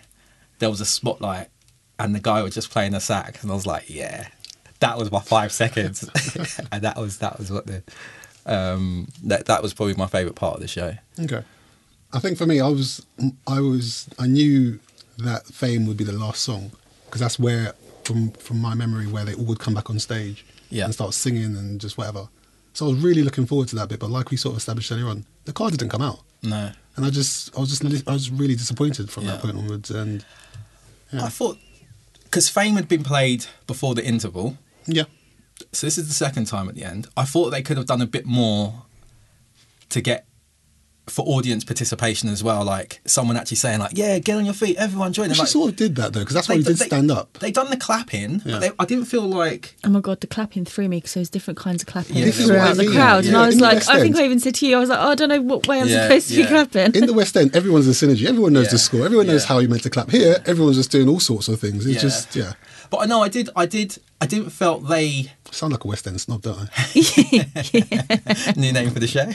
there was a spotlight and the guy was just playing a sack and I was like, yeah, that was my five seconds, and that was that was what the um that that was probably my favorite part of the show. Okay. I think for me, I was, I was, I knew that Fame would be the last song because that's where, from from my memory, where they all would come back on stage Yeah. and start singing and just whatever. So I was really looking forward to that bit. But like we sort of established earlier on, the card didn't come out, No, and I just, I was just, li- I was really disappointed from Yeah. that point onwards. And I thought because Fame had been played before the interval, yeah, so this is the second time at the end. I thought they could have done a bit more to get for audience participation as well, like someone actually saying like, "Yeah, get on your feet, everyone join." she like, sort of did that though because that's why we They- Oh, did they- stand up. They done the clapping, Yeah. but they, I didn't feel like oh my god the clapping threw me because there was different kinds of clapping Yeah, This is what I throughout the mean. crowd and Yeah. I was In the like West I think End. I even said to you I was like oh, I don't know what way I'm Yeah, supposed to yeah. be clapping In the West End, everyone's a synergy. Everyone knows the Yeah. score. Everyone knows Yeah. how you're meant to clap. Here, everyone's just doing all sorts of things. It's Yeah. just, yeah, But I know I did, I did, I didn't felt they sound like a West End snob, don't I? new name for the show.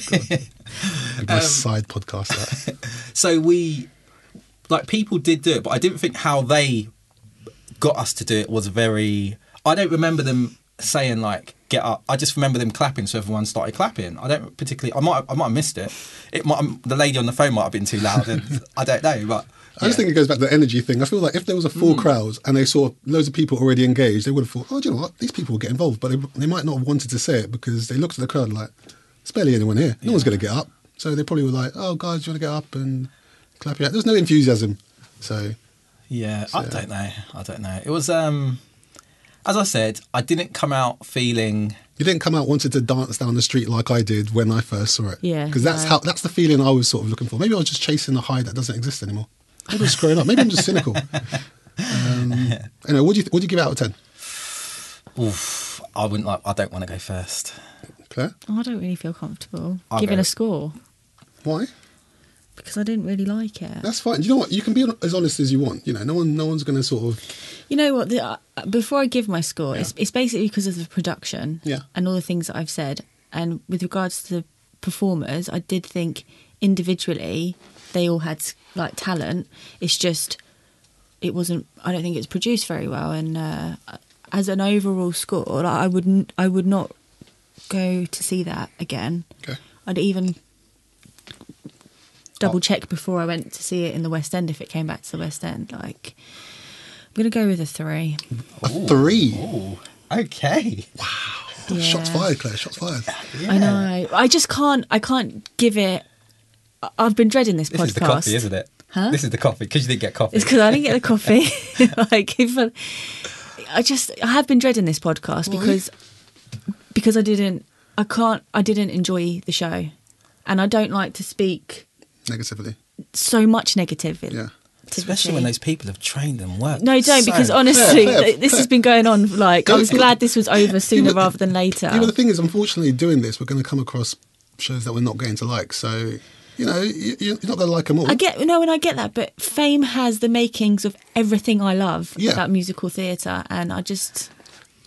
It'd be a side podcast. That. so we, like, people did do it, but I didn't think how they got us to do it was very. I don't remember them saying like "get up." I just remember them clapping, so everyone started clapping. I don't particularly. I might, I might have missed it. It might. um, The lady on the phone might have been too loud, and I don't know. But I just yeah. think it goes back to the energy thing. I feel like if there was a full crowd and they saw loads of people already engaged, they would have thought, "Oh, do you know what? These people will get involved." But they, they might not have wanted to say it because they looked at the crowd like, "There's barely anyone here. No one's going to get up." So they probably were like, "Oh, guys, do you want to get up and clap your?" Hand? There's no enthusiasm. So Yeah, I don't know. I don't know. It was um as I said, I didn't come out feeling you didn't come out wanted to dance down the street like I did when I first saw it. Yeah, because that's no. how that's the feeling I was sort of looking for. Maybe I was just chasing a high that doesn't exist anymore. Maybe I'm just growing up. Maybe I'm just cynical. Um, anyway, what do you what do you give it out of ten? oof, I wouldn't like I don't want to go first. Claire, Oh, I don't really feel comfortable I giving don't. a score why? because I didn't really like it. That's fine. You know what? You can be as honest as you want. You know, no one, no one's going to sort of. You know what? The, uh, before I give my score, it's, it's basically because of the production Yeah. and all the things that I've said. And with regards to the performers, I did think individually they all had like talent. It's just it wasn't. I don't think it's produced very well. And uh, as an overall score, like, I wouldn't. I would not go to see that again. Okay. I'd even double check before I went to see it in the West End if it came back to the West End. Like, I'm gonna go with a three. A three. Ooh. Okay. Shots Yeah. fired, Claire. Shots fired. Yeah. I know. I just can't. I can't give it. I- I've been dreading this, This podcast. is the coffee, isn't it? Huh? This is the coffee because you didn't get coffee. It's because I didn't get the coffee. like, if I, I just, I have been dreading this podcast because, because I didn't, I can't, I didn't enjoy the show, and I don't like to speak Negatively. so much negative Yeah. Especially when those people have trained and worked. No, don't so because honestly, Fair, fair, th- this has been going on. for, Like, I Don't- was glad this was over sooner rather than later. Yeah, but the thing is, unfortunately, doing this, we're going to come across shows that we're not going to like. So, you know, you, you're not going to like them all. I get no, and I get that, but Fame has the makings of everything I love Yeah. about musical theatre, and I just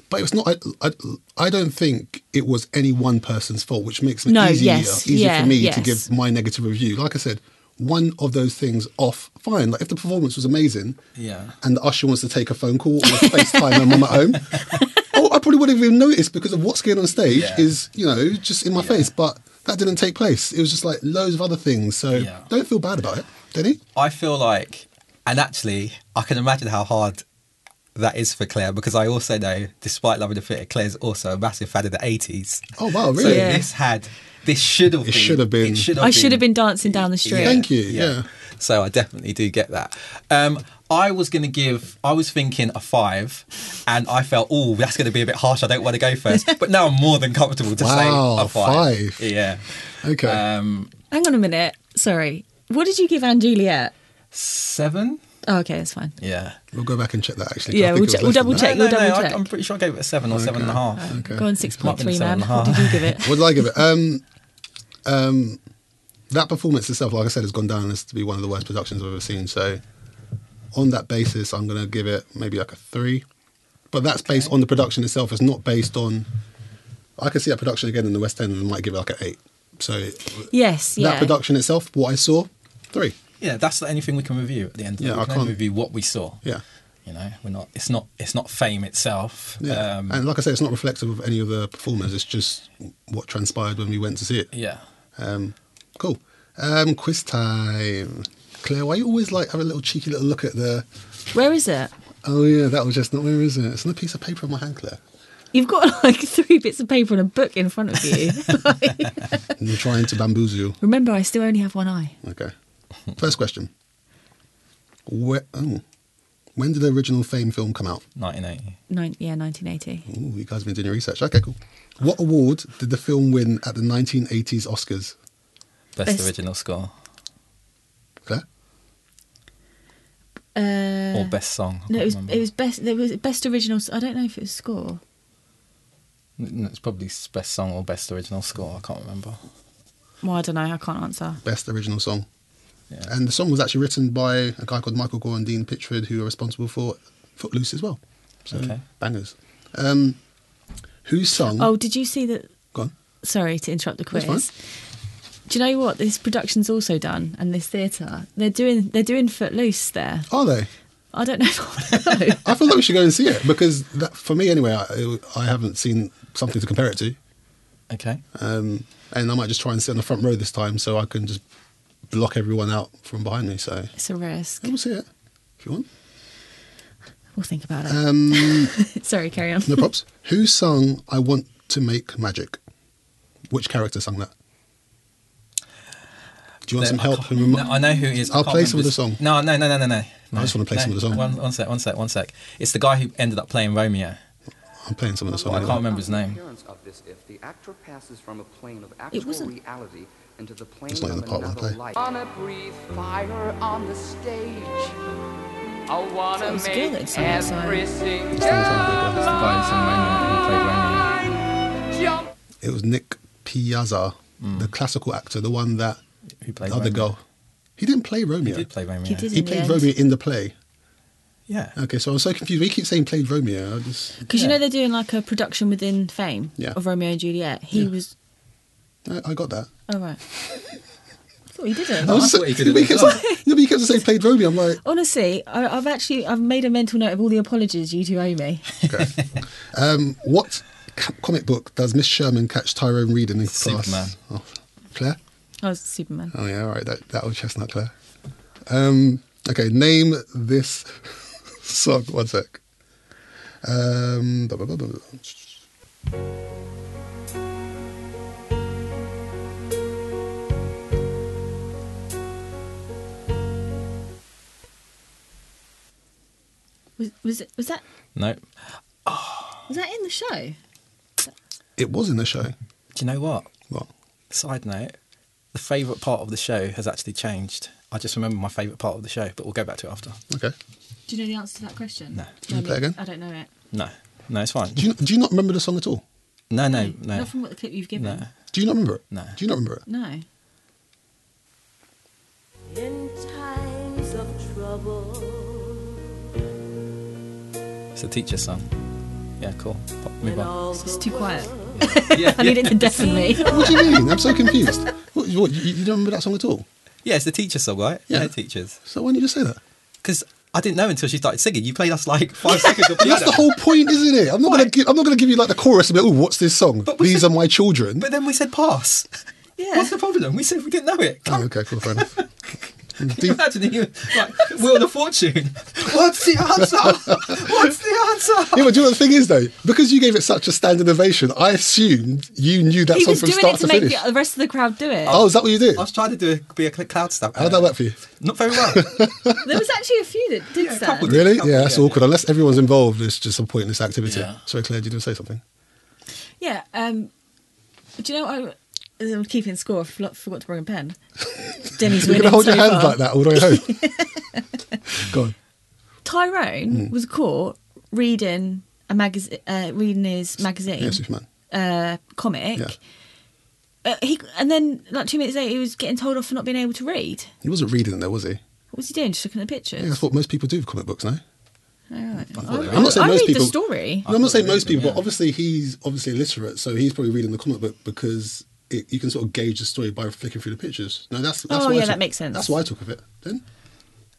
but it's not. I, I, I don't think it was any one person's fault, which makes it No, easier, yes, easier yeah, for me yes. to give my negative review. Like I said, one of those things off, fine. Like if the performance was amazing, Yeah. and the usher wants to take a phone call or FaceTime and I'm at home, oh, I probably wouldn't have even noticed because of what's going on stage Yeah. is you know just in my face. But that didn't take place. It was just like loads of other things. So Yeah. don't feel bad about it, Denny. I feel like, and actually, I can imagine how hard that is for Claire because I also know, despite loving the theatre, Claire's also a massive fan of the 80s. Oh wow, So really? Yeah. this had, this should have been. should have been. It should have I should have been dancing down the street. Thank you, yeah. So I definitely do get that. Um, I was going to give, I was thinking a five, and I felt, oh, that's going to be a bit harsh. I don't want to go first. But now I'm more than comfortable to Wow, say a five. five. Yeah. Okay. Um, Hang on a minute, sorry. What did you give Anne Juliet? seven? Oh, okay, that's fine. Yeah. We'll go back and check that actually. 'cause Yeah, I think we'll it was check- we'll less than double that. check. no, You'll no, double I, check. I'm pretty sure I gave it a seven or seven and a half. Okay. Go on, six point three, man. What did you give it? What did I give it? Um, um, that performance itself, like I said, has gone down as to be one of the worst productions I've ever seen. So, on that basis, I'm going to give it maybe like a three. But that's based on the production itself. It's not based on. I could see that production again in the West End and might give it like an eight. So Yes, yeah. that production itself, what I saw, three. Yeah, that's the only thing we can review at the end. Of yeah, Yeah, we I can only can't- review what we saw. Yeah. You know, we're not. It's not. It's not fame itself. Yeah. Um, and like I said, it's not reflective of any of the performers. It's just what transpired when we went to see it. yeah. Um, cool. Um, quiz time. Claire, why you always like have a little cheeky little look at the? Where is it? Oh yeah, that was just not. Where is it? It's on a piece of paper in my hand, Claire. You've got like three bits of paper and a book in front of you. And you're trying to bamboozle. you. Remember, I still only have one eye. Okay. First question. Where, oh, when did the original Fame film come out? 1980. Nine, yeah, 1980. Ooh, you guys have been doing your research. Okay, cool. What award did the film win at the 1980s Oscars? Best, Best- original score Claire. Uh, or best song. I No, it can't was remember. it was best. There was best original. s- I don't know if it was score. No, it's probably s- best song or best original score. I can't remember. Well, I don't know. I can't answer. Best original song. Yeah. And the song was actually written by a guy called Michael Gore and Dean Pitchford, who are responsible for Footloose as well. So Okay. bangers. Um, who sung? Oh, did you see that? go on. Sorry to interrupt the Hmm? quiz. That's Do you know what this production's also done, and this theatre? They're doing they're doing Footloose there. Are they? I don't know. If I know. I feel like we should go and see it because that, for me anyway, I, I haven't seen something to compare it to, Okay. um, and I might just try and sit on the front row this time so I can just block everyone out from behind me. So it's a risk. yeah, we'll see it if you want. We'll think about it. Um, Sorry, carry on. no props. Who sung "I Want to Make Magic"? Which character sung that? Do you want No, some I help? can't- and remi- no, I know who it is. I I'll can't play some of remember the song. his- No, no, no, no, no, no. I just wanna play some of the song. One, one sec, one sec, one sec. It's the guy who ended up playing Romeo. I'm playing some of the song. I anyway. can't remember his name. appearance of this if the actor passes from a plane of actual wasn't- reality into the plane It's not in of the part I wanna another play. life. Wanna breathe fire on the stage. I Thought it wanna was make good, it sounded so- every single It's the guy who sang Romeo and played Romeo. line jump. It was Nick Piazza, the classical actor, the one that Who Oh, the played other Mm. Romeo. girl. He didn't play Romeo. He did play Romeo. He did He in the played end. Romeo in the play. Yeah. Okay, so I'm so confused. We keep saying played Romeo. I just Because you Yeah. know they're doing like a production within Fame Yeah. of Romeo and Juliet. He Yeah. was. I, I got that. Oh right. I thought he didn't. I was I so- thought he did it we kept himself. saying- no, but you kept saying played Romeo. I'm like, Honestly, I, I've actually I've made a mental note of all the apologies you two owe me. okay. um, what c- comic book does Miss Sherman catch Tyrone reading in Superman. class? Oh, Claire. I was Superman. Oh yeah, all right. That that was chestnut, Claire. Um, okay, name this song. One sec. Um, blah, blah, blah, blah, blah. Was was it, was that No. was that in the show? It was in the show. Do you know what? What? Side note, the favourite part of the show has actually changed. I just remember my favourite part of the show, but we'll go back to it after. Okay. Do you know the answer to that question? No. Can you play again? I don't know it. No, no, it's fine. Do you, do you not remember the song at all? No, no, no, Not from what the clip you've given. no. Do you not remember it? No. Do you not remember it? No. In times of trouble, It's a teacher's song. Yeah, cool. Pop, move when on. all It's the too quiet. Yeah, yeah. I need it to deafen me. What do you mean? I'm so confused. What, what, you, you don't remember that song at all? yeah, it's the teacher song, right? Yeah. No teachers. So why don't you just say that? Because I didn't know until she started singing. You played us like five seconds of piano. That's the whole point, isn't it? I'm not gonna Right. give, I'm not gonna give you like the chorus and be like, oh, what's this song? But we These said- are my children. But then we said pass. Yeah. What's the problem? We said we didn't know it. Oh, okay, cool, fair enough. Can you imagine you like Wheel of Fortune? What's the answer? What's the answer? Yeah, but do you know what the thing is though? Because you gave it such a standard ovation, I assumed you knew that He song was from doing start it to to make finish. the, the rest of the crowd do it. Oh, is that what you did? I was trying to do be a cl- cloud stamp. How'd that work for you? Not very well. There was actually a few that did Yeah, a stand. couple did. Really? couple, Yeah, that's yeah, awkward. Unless everyone's involved, it's just a pointless activity. Yeah. Sorry, Claire, did you say something? Yeah. Um, do you know what? I, I'm keeping score. I forgot, forgot to bring a pen. Demi's You're winning gonna hold so your hand far. like that all the way home. Go on. Hmm. Tyrone was caught reading a magazine, uh, reading his magazine Yeah, Superman. uh, comic. Yeah. Uh, he and then like two minutes later, he was getting told off for not being able to read. He wasn't reading there, was he? What was he doing? Just looking at pictures. Yeah, that's what most people do with comic books now. Alright. thought they I- were. I- I'm not saying I most read people- the story. No, I'm not saying Absolutely, most people, yeah. but obviously he's obviously illiterate, so he's probably reading the comic book because it, you can sort of gauge the story by flicking through the pictures. No, that's, that's Oh, what I yeah, took- that makes sense. That's what I took of it. Then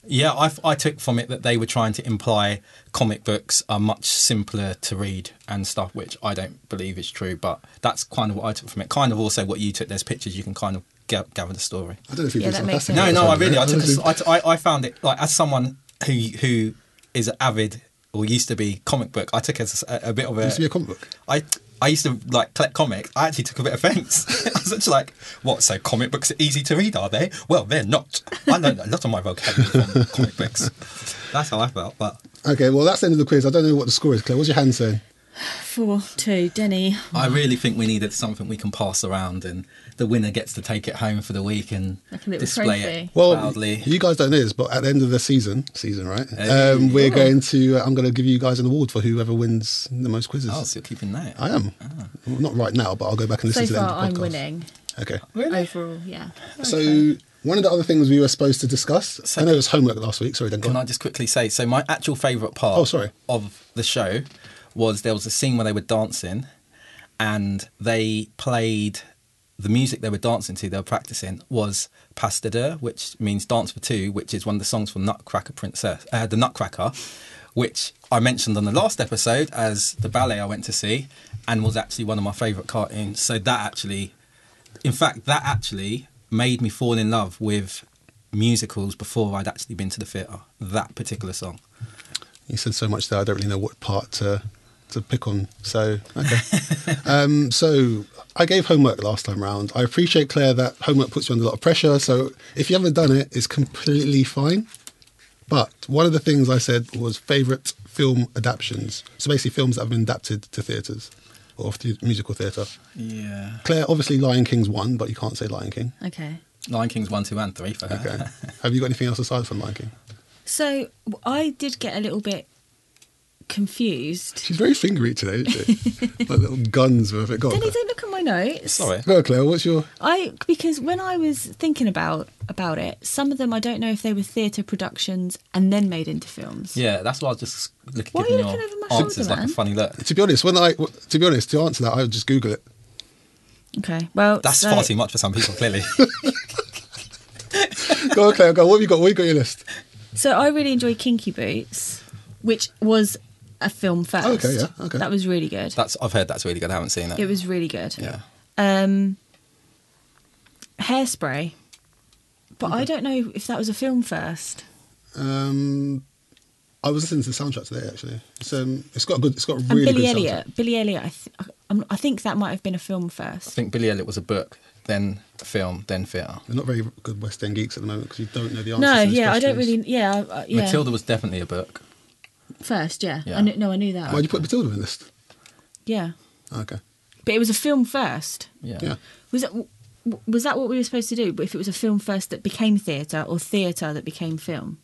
Yeah, I, I took from it that they were trying to imply comic books are much simpler to read and stuff, which I don't believe is true. But that's kind of what I took from it. Kind of also what you took. There's pictures you can kind of ga- gather the story. I don't know if he Yeah, was that makes sarcastic. No, Yeah, no, I really, I don't took, a, think- I, t- I, I found it like as someone who who is avid or used to be comic book. I took as a, a bit of a. used to be a comic book. I I used to like collect comics. I actually took a bit of offence. I was actually like, "What? So comic books are easy to read, are they? Well, they're not. I learned a lot of my vocabulary from comic books. That's how I felt. But Okay, well that's the end of the quiz. I don't know what the score is, Claire. What's your hand saying? Four, two, Denny. I really think we needed something we can pass around, and the winner gets to take it home for the week and Like a little display trophy. it Well, proudly. you guys don't know this, but at the end of the season, season right, Hey. Oh. um, we're going to. I'm going to give you guys an award for whoever wins the most quizzes. oh, Ah. so you're keeping that? I am well, not right now, but I'll go back and So listen to far, the end I'm of the podcast. winning Okay. overall. Yeah. So one of the other things we were supposed to discuss. So- I know it was homework last week. Sorry, then go Can on. I just quickly say? So my actual favourite part. Oh, sorry. Of the show was there was a scene where they were dancing, and they played the music they were dancing to. They were practicing was Pas de Deux, which means dance for two, which is one of the songs from Nutcracker Princess, uh, the Nutcracker, which I mentioned on the last episode as the ballet I went to see, and was actually one of my favourite cartoons. So that actually in fact, that actually made me fall in love with musicals before I'd actually been to the theatre. That particular song. You said so much there. I don't really know what part to to pick on. So okay. um, so I gave homework last time round. I appreciate Claire that homework puts you under a lot of pressure. So if you haven't done it, it's completely fine. But one of the things I said was favourite film adaptions. So basically, films that have been adapted to theatres or to musical theatre. Yeah. Claire, obviously, Lion King's one, but you can't say Lion King. Okay. Lion King's one, two, and three for her. Okay. have you got anything else aside from Lion King? So w- I did get a little bit confused. She's very fingery today, isn't she? like little guns with it. Go on, Denny, Claire. don't look at my notes. Sorry. Go on, Claire. What's your I because when I was thinking about about it, some of them I don't know if they were theatre productions and then made into films. Yeah, that's why I was just looking, Why are giving you your looking over my answers shoulder, like a man? funny look. To be honest, when I to be honest, to answer that, I would just Google it. Okay. Well, That's so- far too much for some people, clearly. Go on, Claire. Go. on. What have you got? What have you got on your list? So I really enjoy Kinky Boots, which was a film first. Okay, yeah, okay. That was really good. that's I've heard that's really good. I haven't seen it. it was really good. yeah. Um, hairspray, but I don't know if that was a film first. Um, I was listening to the soundtrack today. Actually, it's um, it's got a good, it's got a And really Billy good Elliot. Billy Elliot. I, th- I'm, I think that might have been a film I first. think Billy Elliot was a book, then a film, then theatre. soundtrack. They're not very good West End geeks at the moment because you don't know the answers. No, to these yeah, I don't questions. really. Yeah, uh, yeah. Matilda was definitely a book. first, yeah. Yeah. I knew, no, I knew that. Why'd you put Matilda in the list? yeah, Okay. but it was a film first. Yeah. Yeah. Was it? w- was that what we were supposed to do? But if it was a film first that became theatre, or theatre that became film,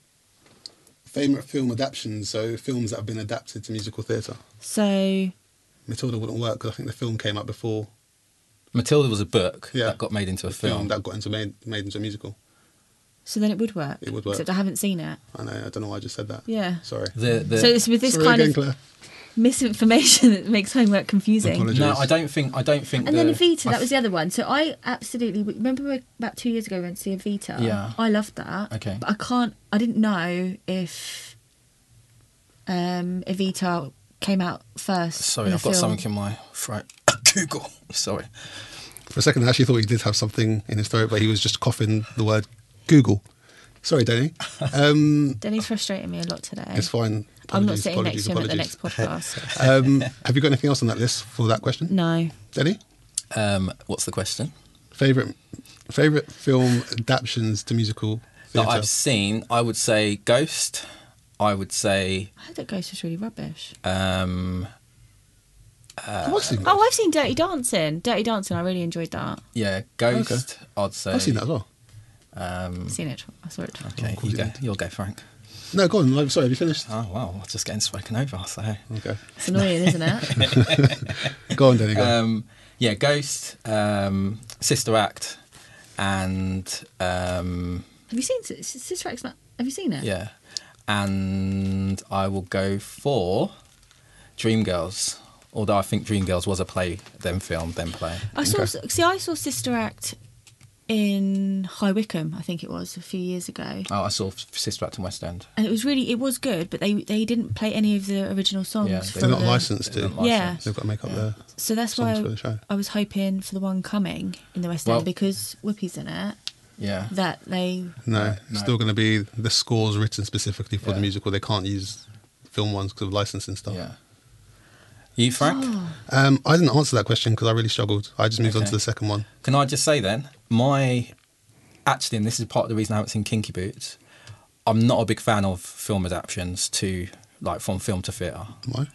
Favorite film adaptations, so films that have been adapted to musical theatre. so Matilda wouldn't work because I think the film came out before Matilda was a book Yeah. that got made into a the film, film. that got into made, made into a musical. so then it would work. It would work. Except I haven't seen it. I know, I don't know why I just said that. Yeah. Sorry. The, the, so it's with this Sorry kind again, of Claire. misinformation that makes homework confusing. Apologies. no, I don't think. I don't think. And then the- Evita, I that was the th- other one. So I absolutely remember we- about two years ago we went to see Evita. Yeah. I loved that. Okay. But I can't. I didn't know if um, Evita came out first. Sorry, in a I've got film. something in my throat. Google. Sorry. For a second, I actually thought he did have something in his throat, but he was just coughing the word Google. Sorry, Danny. Um, Danny's frustrating me a lot today. it's fine. I'm not Apologies, sitting next apologies, to him at apologies. the next podcast. Um, have you got anything else on that list for that question, no. Danny? Um, what's the question? Favorite favorite film adaptations to musical That theatre. I've seen, I would say Ghost. I would say. I heard that Ghost was really rubbish. Uh, Um, Have I seen that? Oh, I've seen Dirty Dancing. Dirty Dancing, I really enjoyed that. yeah, Ghost. I'd say. I've seen that as well. Um, I've seen it. I saw it. okay, cool, you go. didn't You'll go, Frank. No, go on. Like, sorry, have you finished? Oh wow, I'm just getting spoken over. So. Okay, It's annoying, isn't it? go on, Danny. Go. Um, yeah, Ghost, um, Sister Act, and um, Have you seen S- Sister Act? Ma- Have you seen it? yeah, and I will go for Dreamgirls. Although I think Dreamgirls was a play, then film, then play. I saw. Okay. See, I saw Sister Act in High Wycombe. I think it was a few years ago. Oh, I saw F- Sister Act in West End. and it was really it was good but they they didn't play any of the original songs Yeah, from They're not the- licensed They to. don't like Yeah. it. They've got to make up their. so that's why songs I, for the show. I was hoping for the one coming in the west end Well- because Whoopi's in it yeah. that they No, No, it's no. still going to be the scores written specifically for the Yeah. musical. They can't use film ones because of licensing stuff. Yeah. You, Frank? Um, I didn't answer that question because I really struggled. I just moved on Okay. to the second one. Can I just say then, my actually, and this is part of the reason I haven't seen Kinky Boots. I'm not a big fan of film adaptations to like from film to theatre. Why?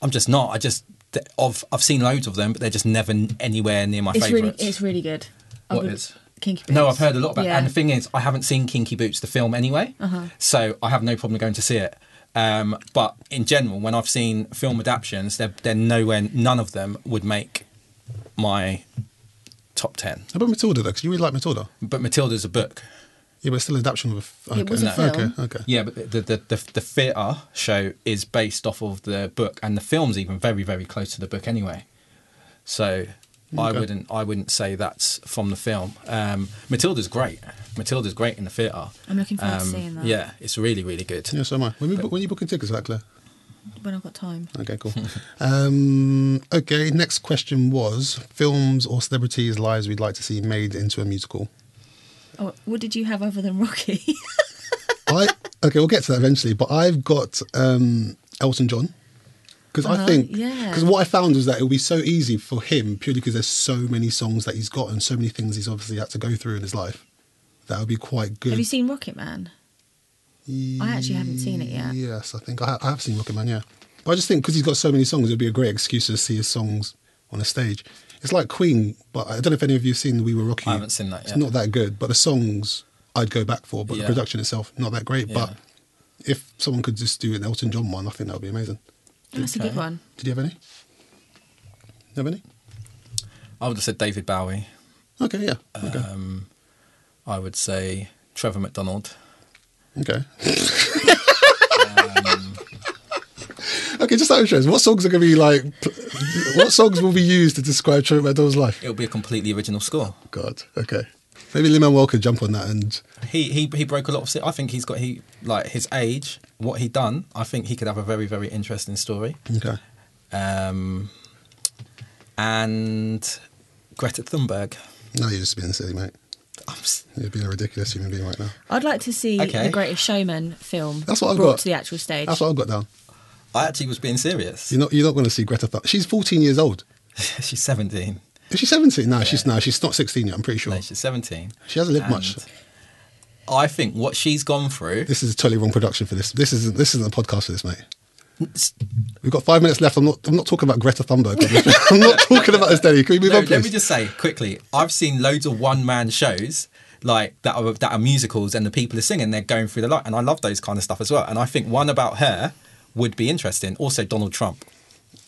I'm just not. I just th- I've I've seen loads of them, but they're just never n- anywhere near my it's favourites. really it's really good I What would- is? Kinky Boots. no, I've heard a lot about, it. yeah. Uh-huh. and the thing is, I haven't seen Kinky Boots the film anyway, so I have no problem going to see it. Um, but in general, when I've seen film adaptations, they're they're nowhere. None of them would make my top ten. How about Matilda though? Because you really like Matilda. But Matilda's a book. Yeah, but it's still an adaptation of a. F- okay. It was a okay. film. Okay. Yeah, but the the, the the theatre show is based off of the book, and the film's even very very close to the book anyway. So I Okay. wouldn't I wouldn't say that's from the film. Um, Matilda's great. Matilda's great in the theatre. Um, I'm looking forward to seeing that. Yeah, it's really really good. Yeah, so am I. When, we book, when you booking tickets, for that Claire. when I've got time Okay, cool. um, okay, next question was films or celebrities' lives we'd like to see made into a musical. oh, what did you have other than Rocky I okay, we'll get to that eventually. But I've got um, Elton John because I Uh-huh, think yeah. because what I found was that it would be so easy for him purely because there's so many songs that he's got and so many things he's obviously had to go through in his life. That would be quite good. have you seen Rocket Man I actually haven't seen it yet. Yes, I think I, ha- I have seen Rocket Man. Yeah, but I just think because he's got so many songs, it would be a great excuse to see his songs on a stage. It's like Queen, but I don't know if any of you've seen We Were Rocky. I haven't seen that It's yet. not that good, but the songs I'd go back for. But Yeah. the production itself, not that great. But Yeah. if someone could just do an Elton John one, I think that would be amazing. that's a good Okay. one Did you have any? You have any? I would have said David Bowie. Okay, yeah. Uh, Okay. I would say Trevor McDonald. okay. Um, okay, just out of interest, what songs are going to be like? pl- what songs will be used to describe Trevor McDonald's life? It'll be a completely original score. God. Okay. Maybe Lin Manuel could jump on that and He he he broke a lot of. se- I think he's got he like his age, what he done. I think he could have a very very interesting story. okay. um, and Greta Thunberg. No, you're just being silly, mate. I'm s- You're being a ridiculous human being right now. I'd like to see Okay. the Greatest Showman film That's what I've brought got. to the actual stage That's what I've got down. I actually was being serious. You're not. You're not going to see Greta. Thun- she's 14 years old. she's 17. Is she 17? No, she's no. She's not 16 yet. I'm pretty sure. No, she's 17. She hasn't lived much. And I think what she's gone through. This is a totally wrong production for this. This isn't. This isn't a podcast for this, mate. We've got five minutes left. I'm not. I'm not talking about Greta Thunberg. I'm not talking about this, Denny. Can we move No, on, please? let me just say quickly. I've seen loads of one-man shows like that are that are musicals, and the people are singing. They're going through the light, and I love those kind of stuff as well. And I think one about her would be interesting. Also, Donald Trump.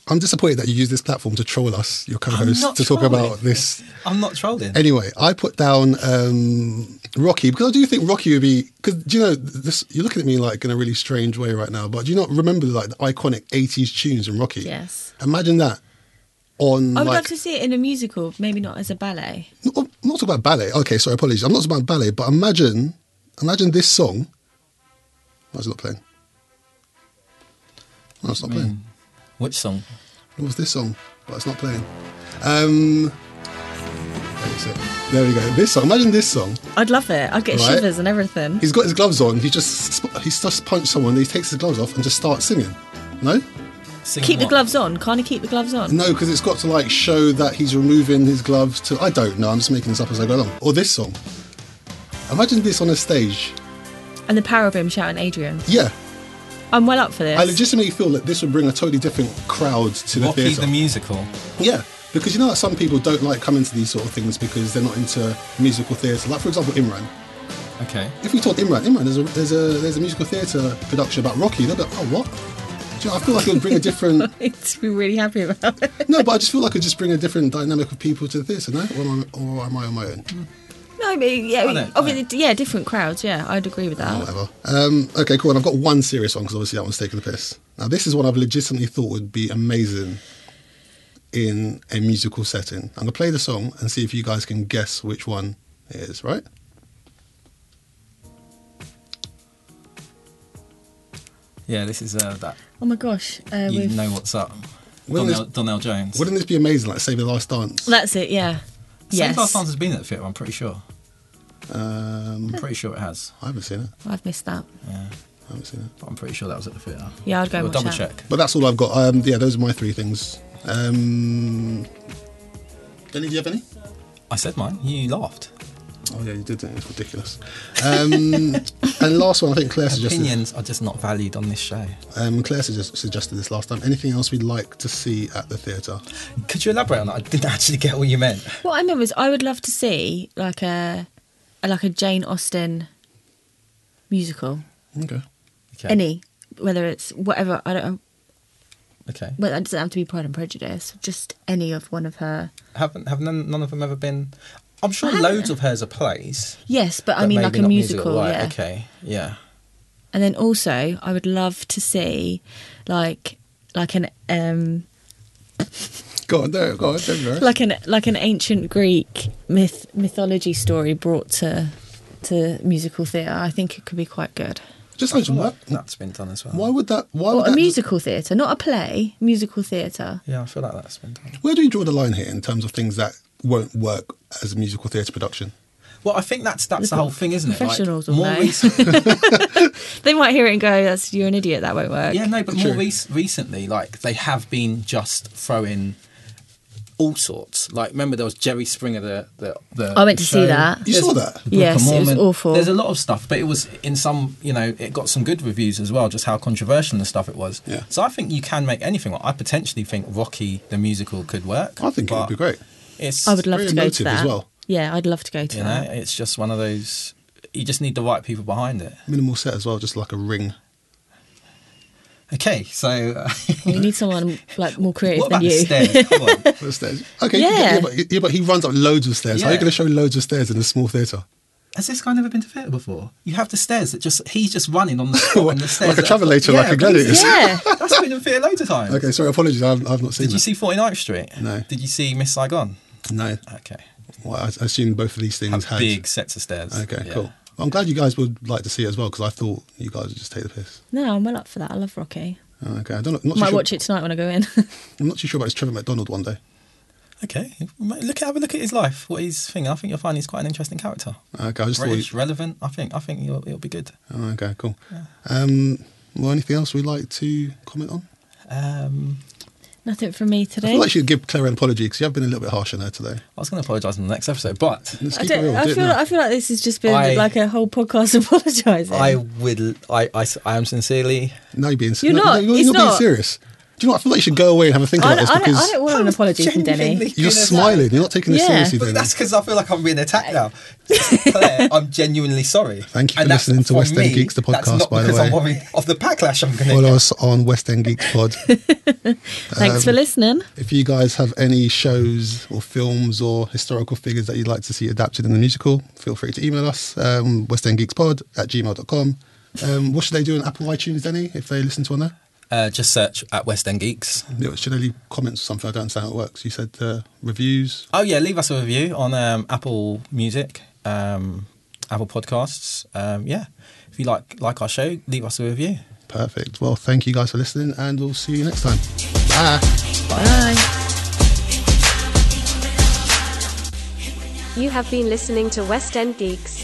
I'm disappointed that you use this platform to troll us, your co-host, not to talk trolling. about this. I'm not trolling. Anyway, I put down um, Rocky because I do think Rocky would be. Because do you know this? You're looking at me like in a really strange way right now. But do you not remember like the iconic '80s tunes in Rocky? Yes. Imagine that on. I would like, love to see it in a musical, maybe not as a ballet. not, I'm not talking about ballet. Okay, sorry, apologies. I'm not talking about ballet, but imagine, imagine this song. Why is it not playing? No, it's not playing. Which song? What was this song? But it's not playing. Um, wait a sec. there we go. This song. Imagine this song. I'd love it. I'd get Right. shivers and everything. He's got his gloves on. He just sp- he just punched someone. He takes his gloves off and just starts singing. No, Singing Keep the what? gloves on. Can't he keep the gloves on? no, because it's got to like show that he's removing his gloves. To I don't know. I'm just making this up as I go along. Or this song. Imagine this on a stage. And the power of him shouting Adrian. Yeah, I'm well up for this. I legitimately feel that this would bring a totally different crowd to the Rocky theatre. the musical. yeah, because you know that some people don't like coming to these sort of things because they're not into musical theatre. Like for example, Imran. Okay. If we told Imran, Imran, there's a there's a there's a musical theatre production about Rocky, they'd be like, oh what? Do you know, I feel like it would bring a different. I'd be really happy about it. no, but I just feel like it would just bring a different dynamic of people to the theatre, no? Or am I, or am I on my own? No, I mean, yeah, I don't obviously, yeah, different crowds. Yeah, I'd agree with Oh, that. Whatever. Um, okay, cool. And I've got one serious one because obviously that one's taking the piss. Now, this is one I've legitimately thought would be amazing in a musical setting. I'm going to play the song and see if you guys can guess which one it is, right? Yeah, this is uh, that. Oh my gosh. Uh, You we've know what's up. Wouldn't Donnell, Donnell Jones. Wouldn't this be amazing? Like, Save the Last Dance. That's it. Yeah. Same yes. last dance has been at the theatre. I'm pretty sure. Um, I'm pretty sure it has. I haven't seen it. I've missed that. I haven't seen it. But I'm pretty sure that was at the theatre. Yeah, I'd go and We'll watch double that. check. But that's all I've got. Um, yeah, those are my three things. Um, Denny, do you have any? I said mine. You laughed. Oh, yeah, you did. didn't you? It's ridiculous. Um, and last one, I think Claire suggested. Opinions are just not valued on this show. Um, Claire suggest- suggested this last time. Anything else we'd like to see at the theatre? Could you elaborate on that? I didn't actually get what you meant. What I meant was, I would love to see like a, a like a Jane Austen musical. Okay. Okay. Any, whether it's whatever. I don't. Okay. Well, it doesn't have to be Pride and Prejudice. Just any of one of her. Haven't have none, none of them ever been? I'm sure loads of hers are plays. Yes, but, I but mean maybe like a not musical. Right. yeah. Okay. Yeah. And then also, I would love to see, like, like an um, Go on, there, go on, there, you go. like an like an ancient Greek myth mythology story brought to to musical theatre. I think it could be quite good. Just like, why, That's been done as well. why would that? Why Or would a that, musical theatre, not a play. Musical theatre. Yeah, I feel like that's been done. Where do you draw the line here in terms of things that won't work as a musical theatre production? Well, I think that's that's the whole thing, isn't it? professionals will more know. recent, They might hear it and go, "That's you're an idiot. That won't work." yeah, no, but more True. rec- recently, like they have been just throwing all sorts. Like, remember there was Jerry Springer, the the, the I went to see show. that. You saw that? The Book Yes, of it was Mormon. awful. There's a lot of stuff, but it was in some, you know, it got some good reviews as well, just how controversial and stuff it was. Yeah. So I think you can make anything. work. I potentially think Rocky the musical could work. I think it would but be great. It's I would love very to go emotive to as that. well. Yeah, I'd love to go to You know, that. it's just one of those. You just need the right people behind it. Minimal set as well, just like a ring. Okay, so uh, We need someone like more creative what than about you. the stairs? Come on. With stairs. Okay, Yeah. but, yeah, but he runs up loads of stairs. How are you Yeah. going to show loads of stairs in a small theatre? Has this guy never been to theatre before? You have the stairs that just he's just running on the spot and the stairs. Like a that- travelator, like a gladiator. yeah. That's been in theatre loads of times. Okay, sorry, apologies. I've, I've not seen Did you that. see 49th Street? No. Did you see Miss Saigon? No. Okay. Well, I, I assume both of these things had. Big sets of stairs. Okay, Yeah. cool. Well, I'm glad you guys would like to see it as well because I thought you guys would just take the piss. No, I'm well up for that. I love Rocky. Oh, Okay, I don't know. Not too Might sure, watch it tonight when I go in. I'm not too sure about this Trevor McDonald one day. Okay. Mate, Look at have a look at his life, what he's thinking. I think you'll find he's quite an interesting character. Okay, I just British, thought. relevant. I think I think you'll, it'll be good. You, oh, okay, cool. Um, well, anything else we'd like to comment on? Um, Nothing from me I today. feel like she'd give Claire an apology because you have been a little bit harsh on her today. I was going to apologise in the next episode, but Let's I, keep it don't, real. I do it feel now. like, I feel like this has just been I- like a whole podcast apologising. I would. I, I, I am sincerely. No, you're being You're no, not. no, you're, It's you're being not. serious. Do you know what? I feel like you should go away and have a think I don't, about this I, don't, I because don't want an apology from Denny. you're smiling. You're not taking this Yeah. seriously, But Denny. that's because I feel like I'm being attacked now. Claire, I'm genuinely sorry. Thank you for And that's listening to from West End me, Geeks, the That's podcast, not by the because I'm way. worried of the backlash I'm going Follow to us on West End Geeks Pod. Thanks Um, for listening. if you guys have any shows or films or historical figures that you'd like to see adapted in the musical, feel free to email us, um, westendgeekspod at gmail.com. Um, what should they do on Apple iTunes, Denny, if they listen to one there? uh, Just search at West End Geeks. You know, Should they leave comments or something? I don't understand how it works. You said uh, reviews. Oh yeah, leave us a review on um, Apple Music, um, Apple Podcasts. Um, yeah, if you like like our show, leave us a review. Perfect. Well, thank you guys for listening, and we'll see you next time. You have been listening to West End Geeks.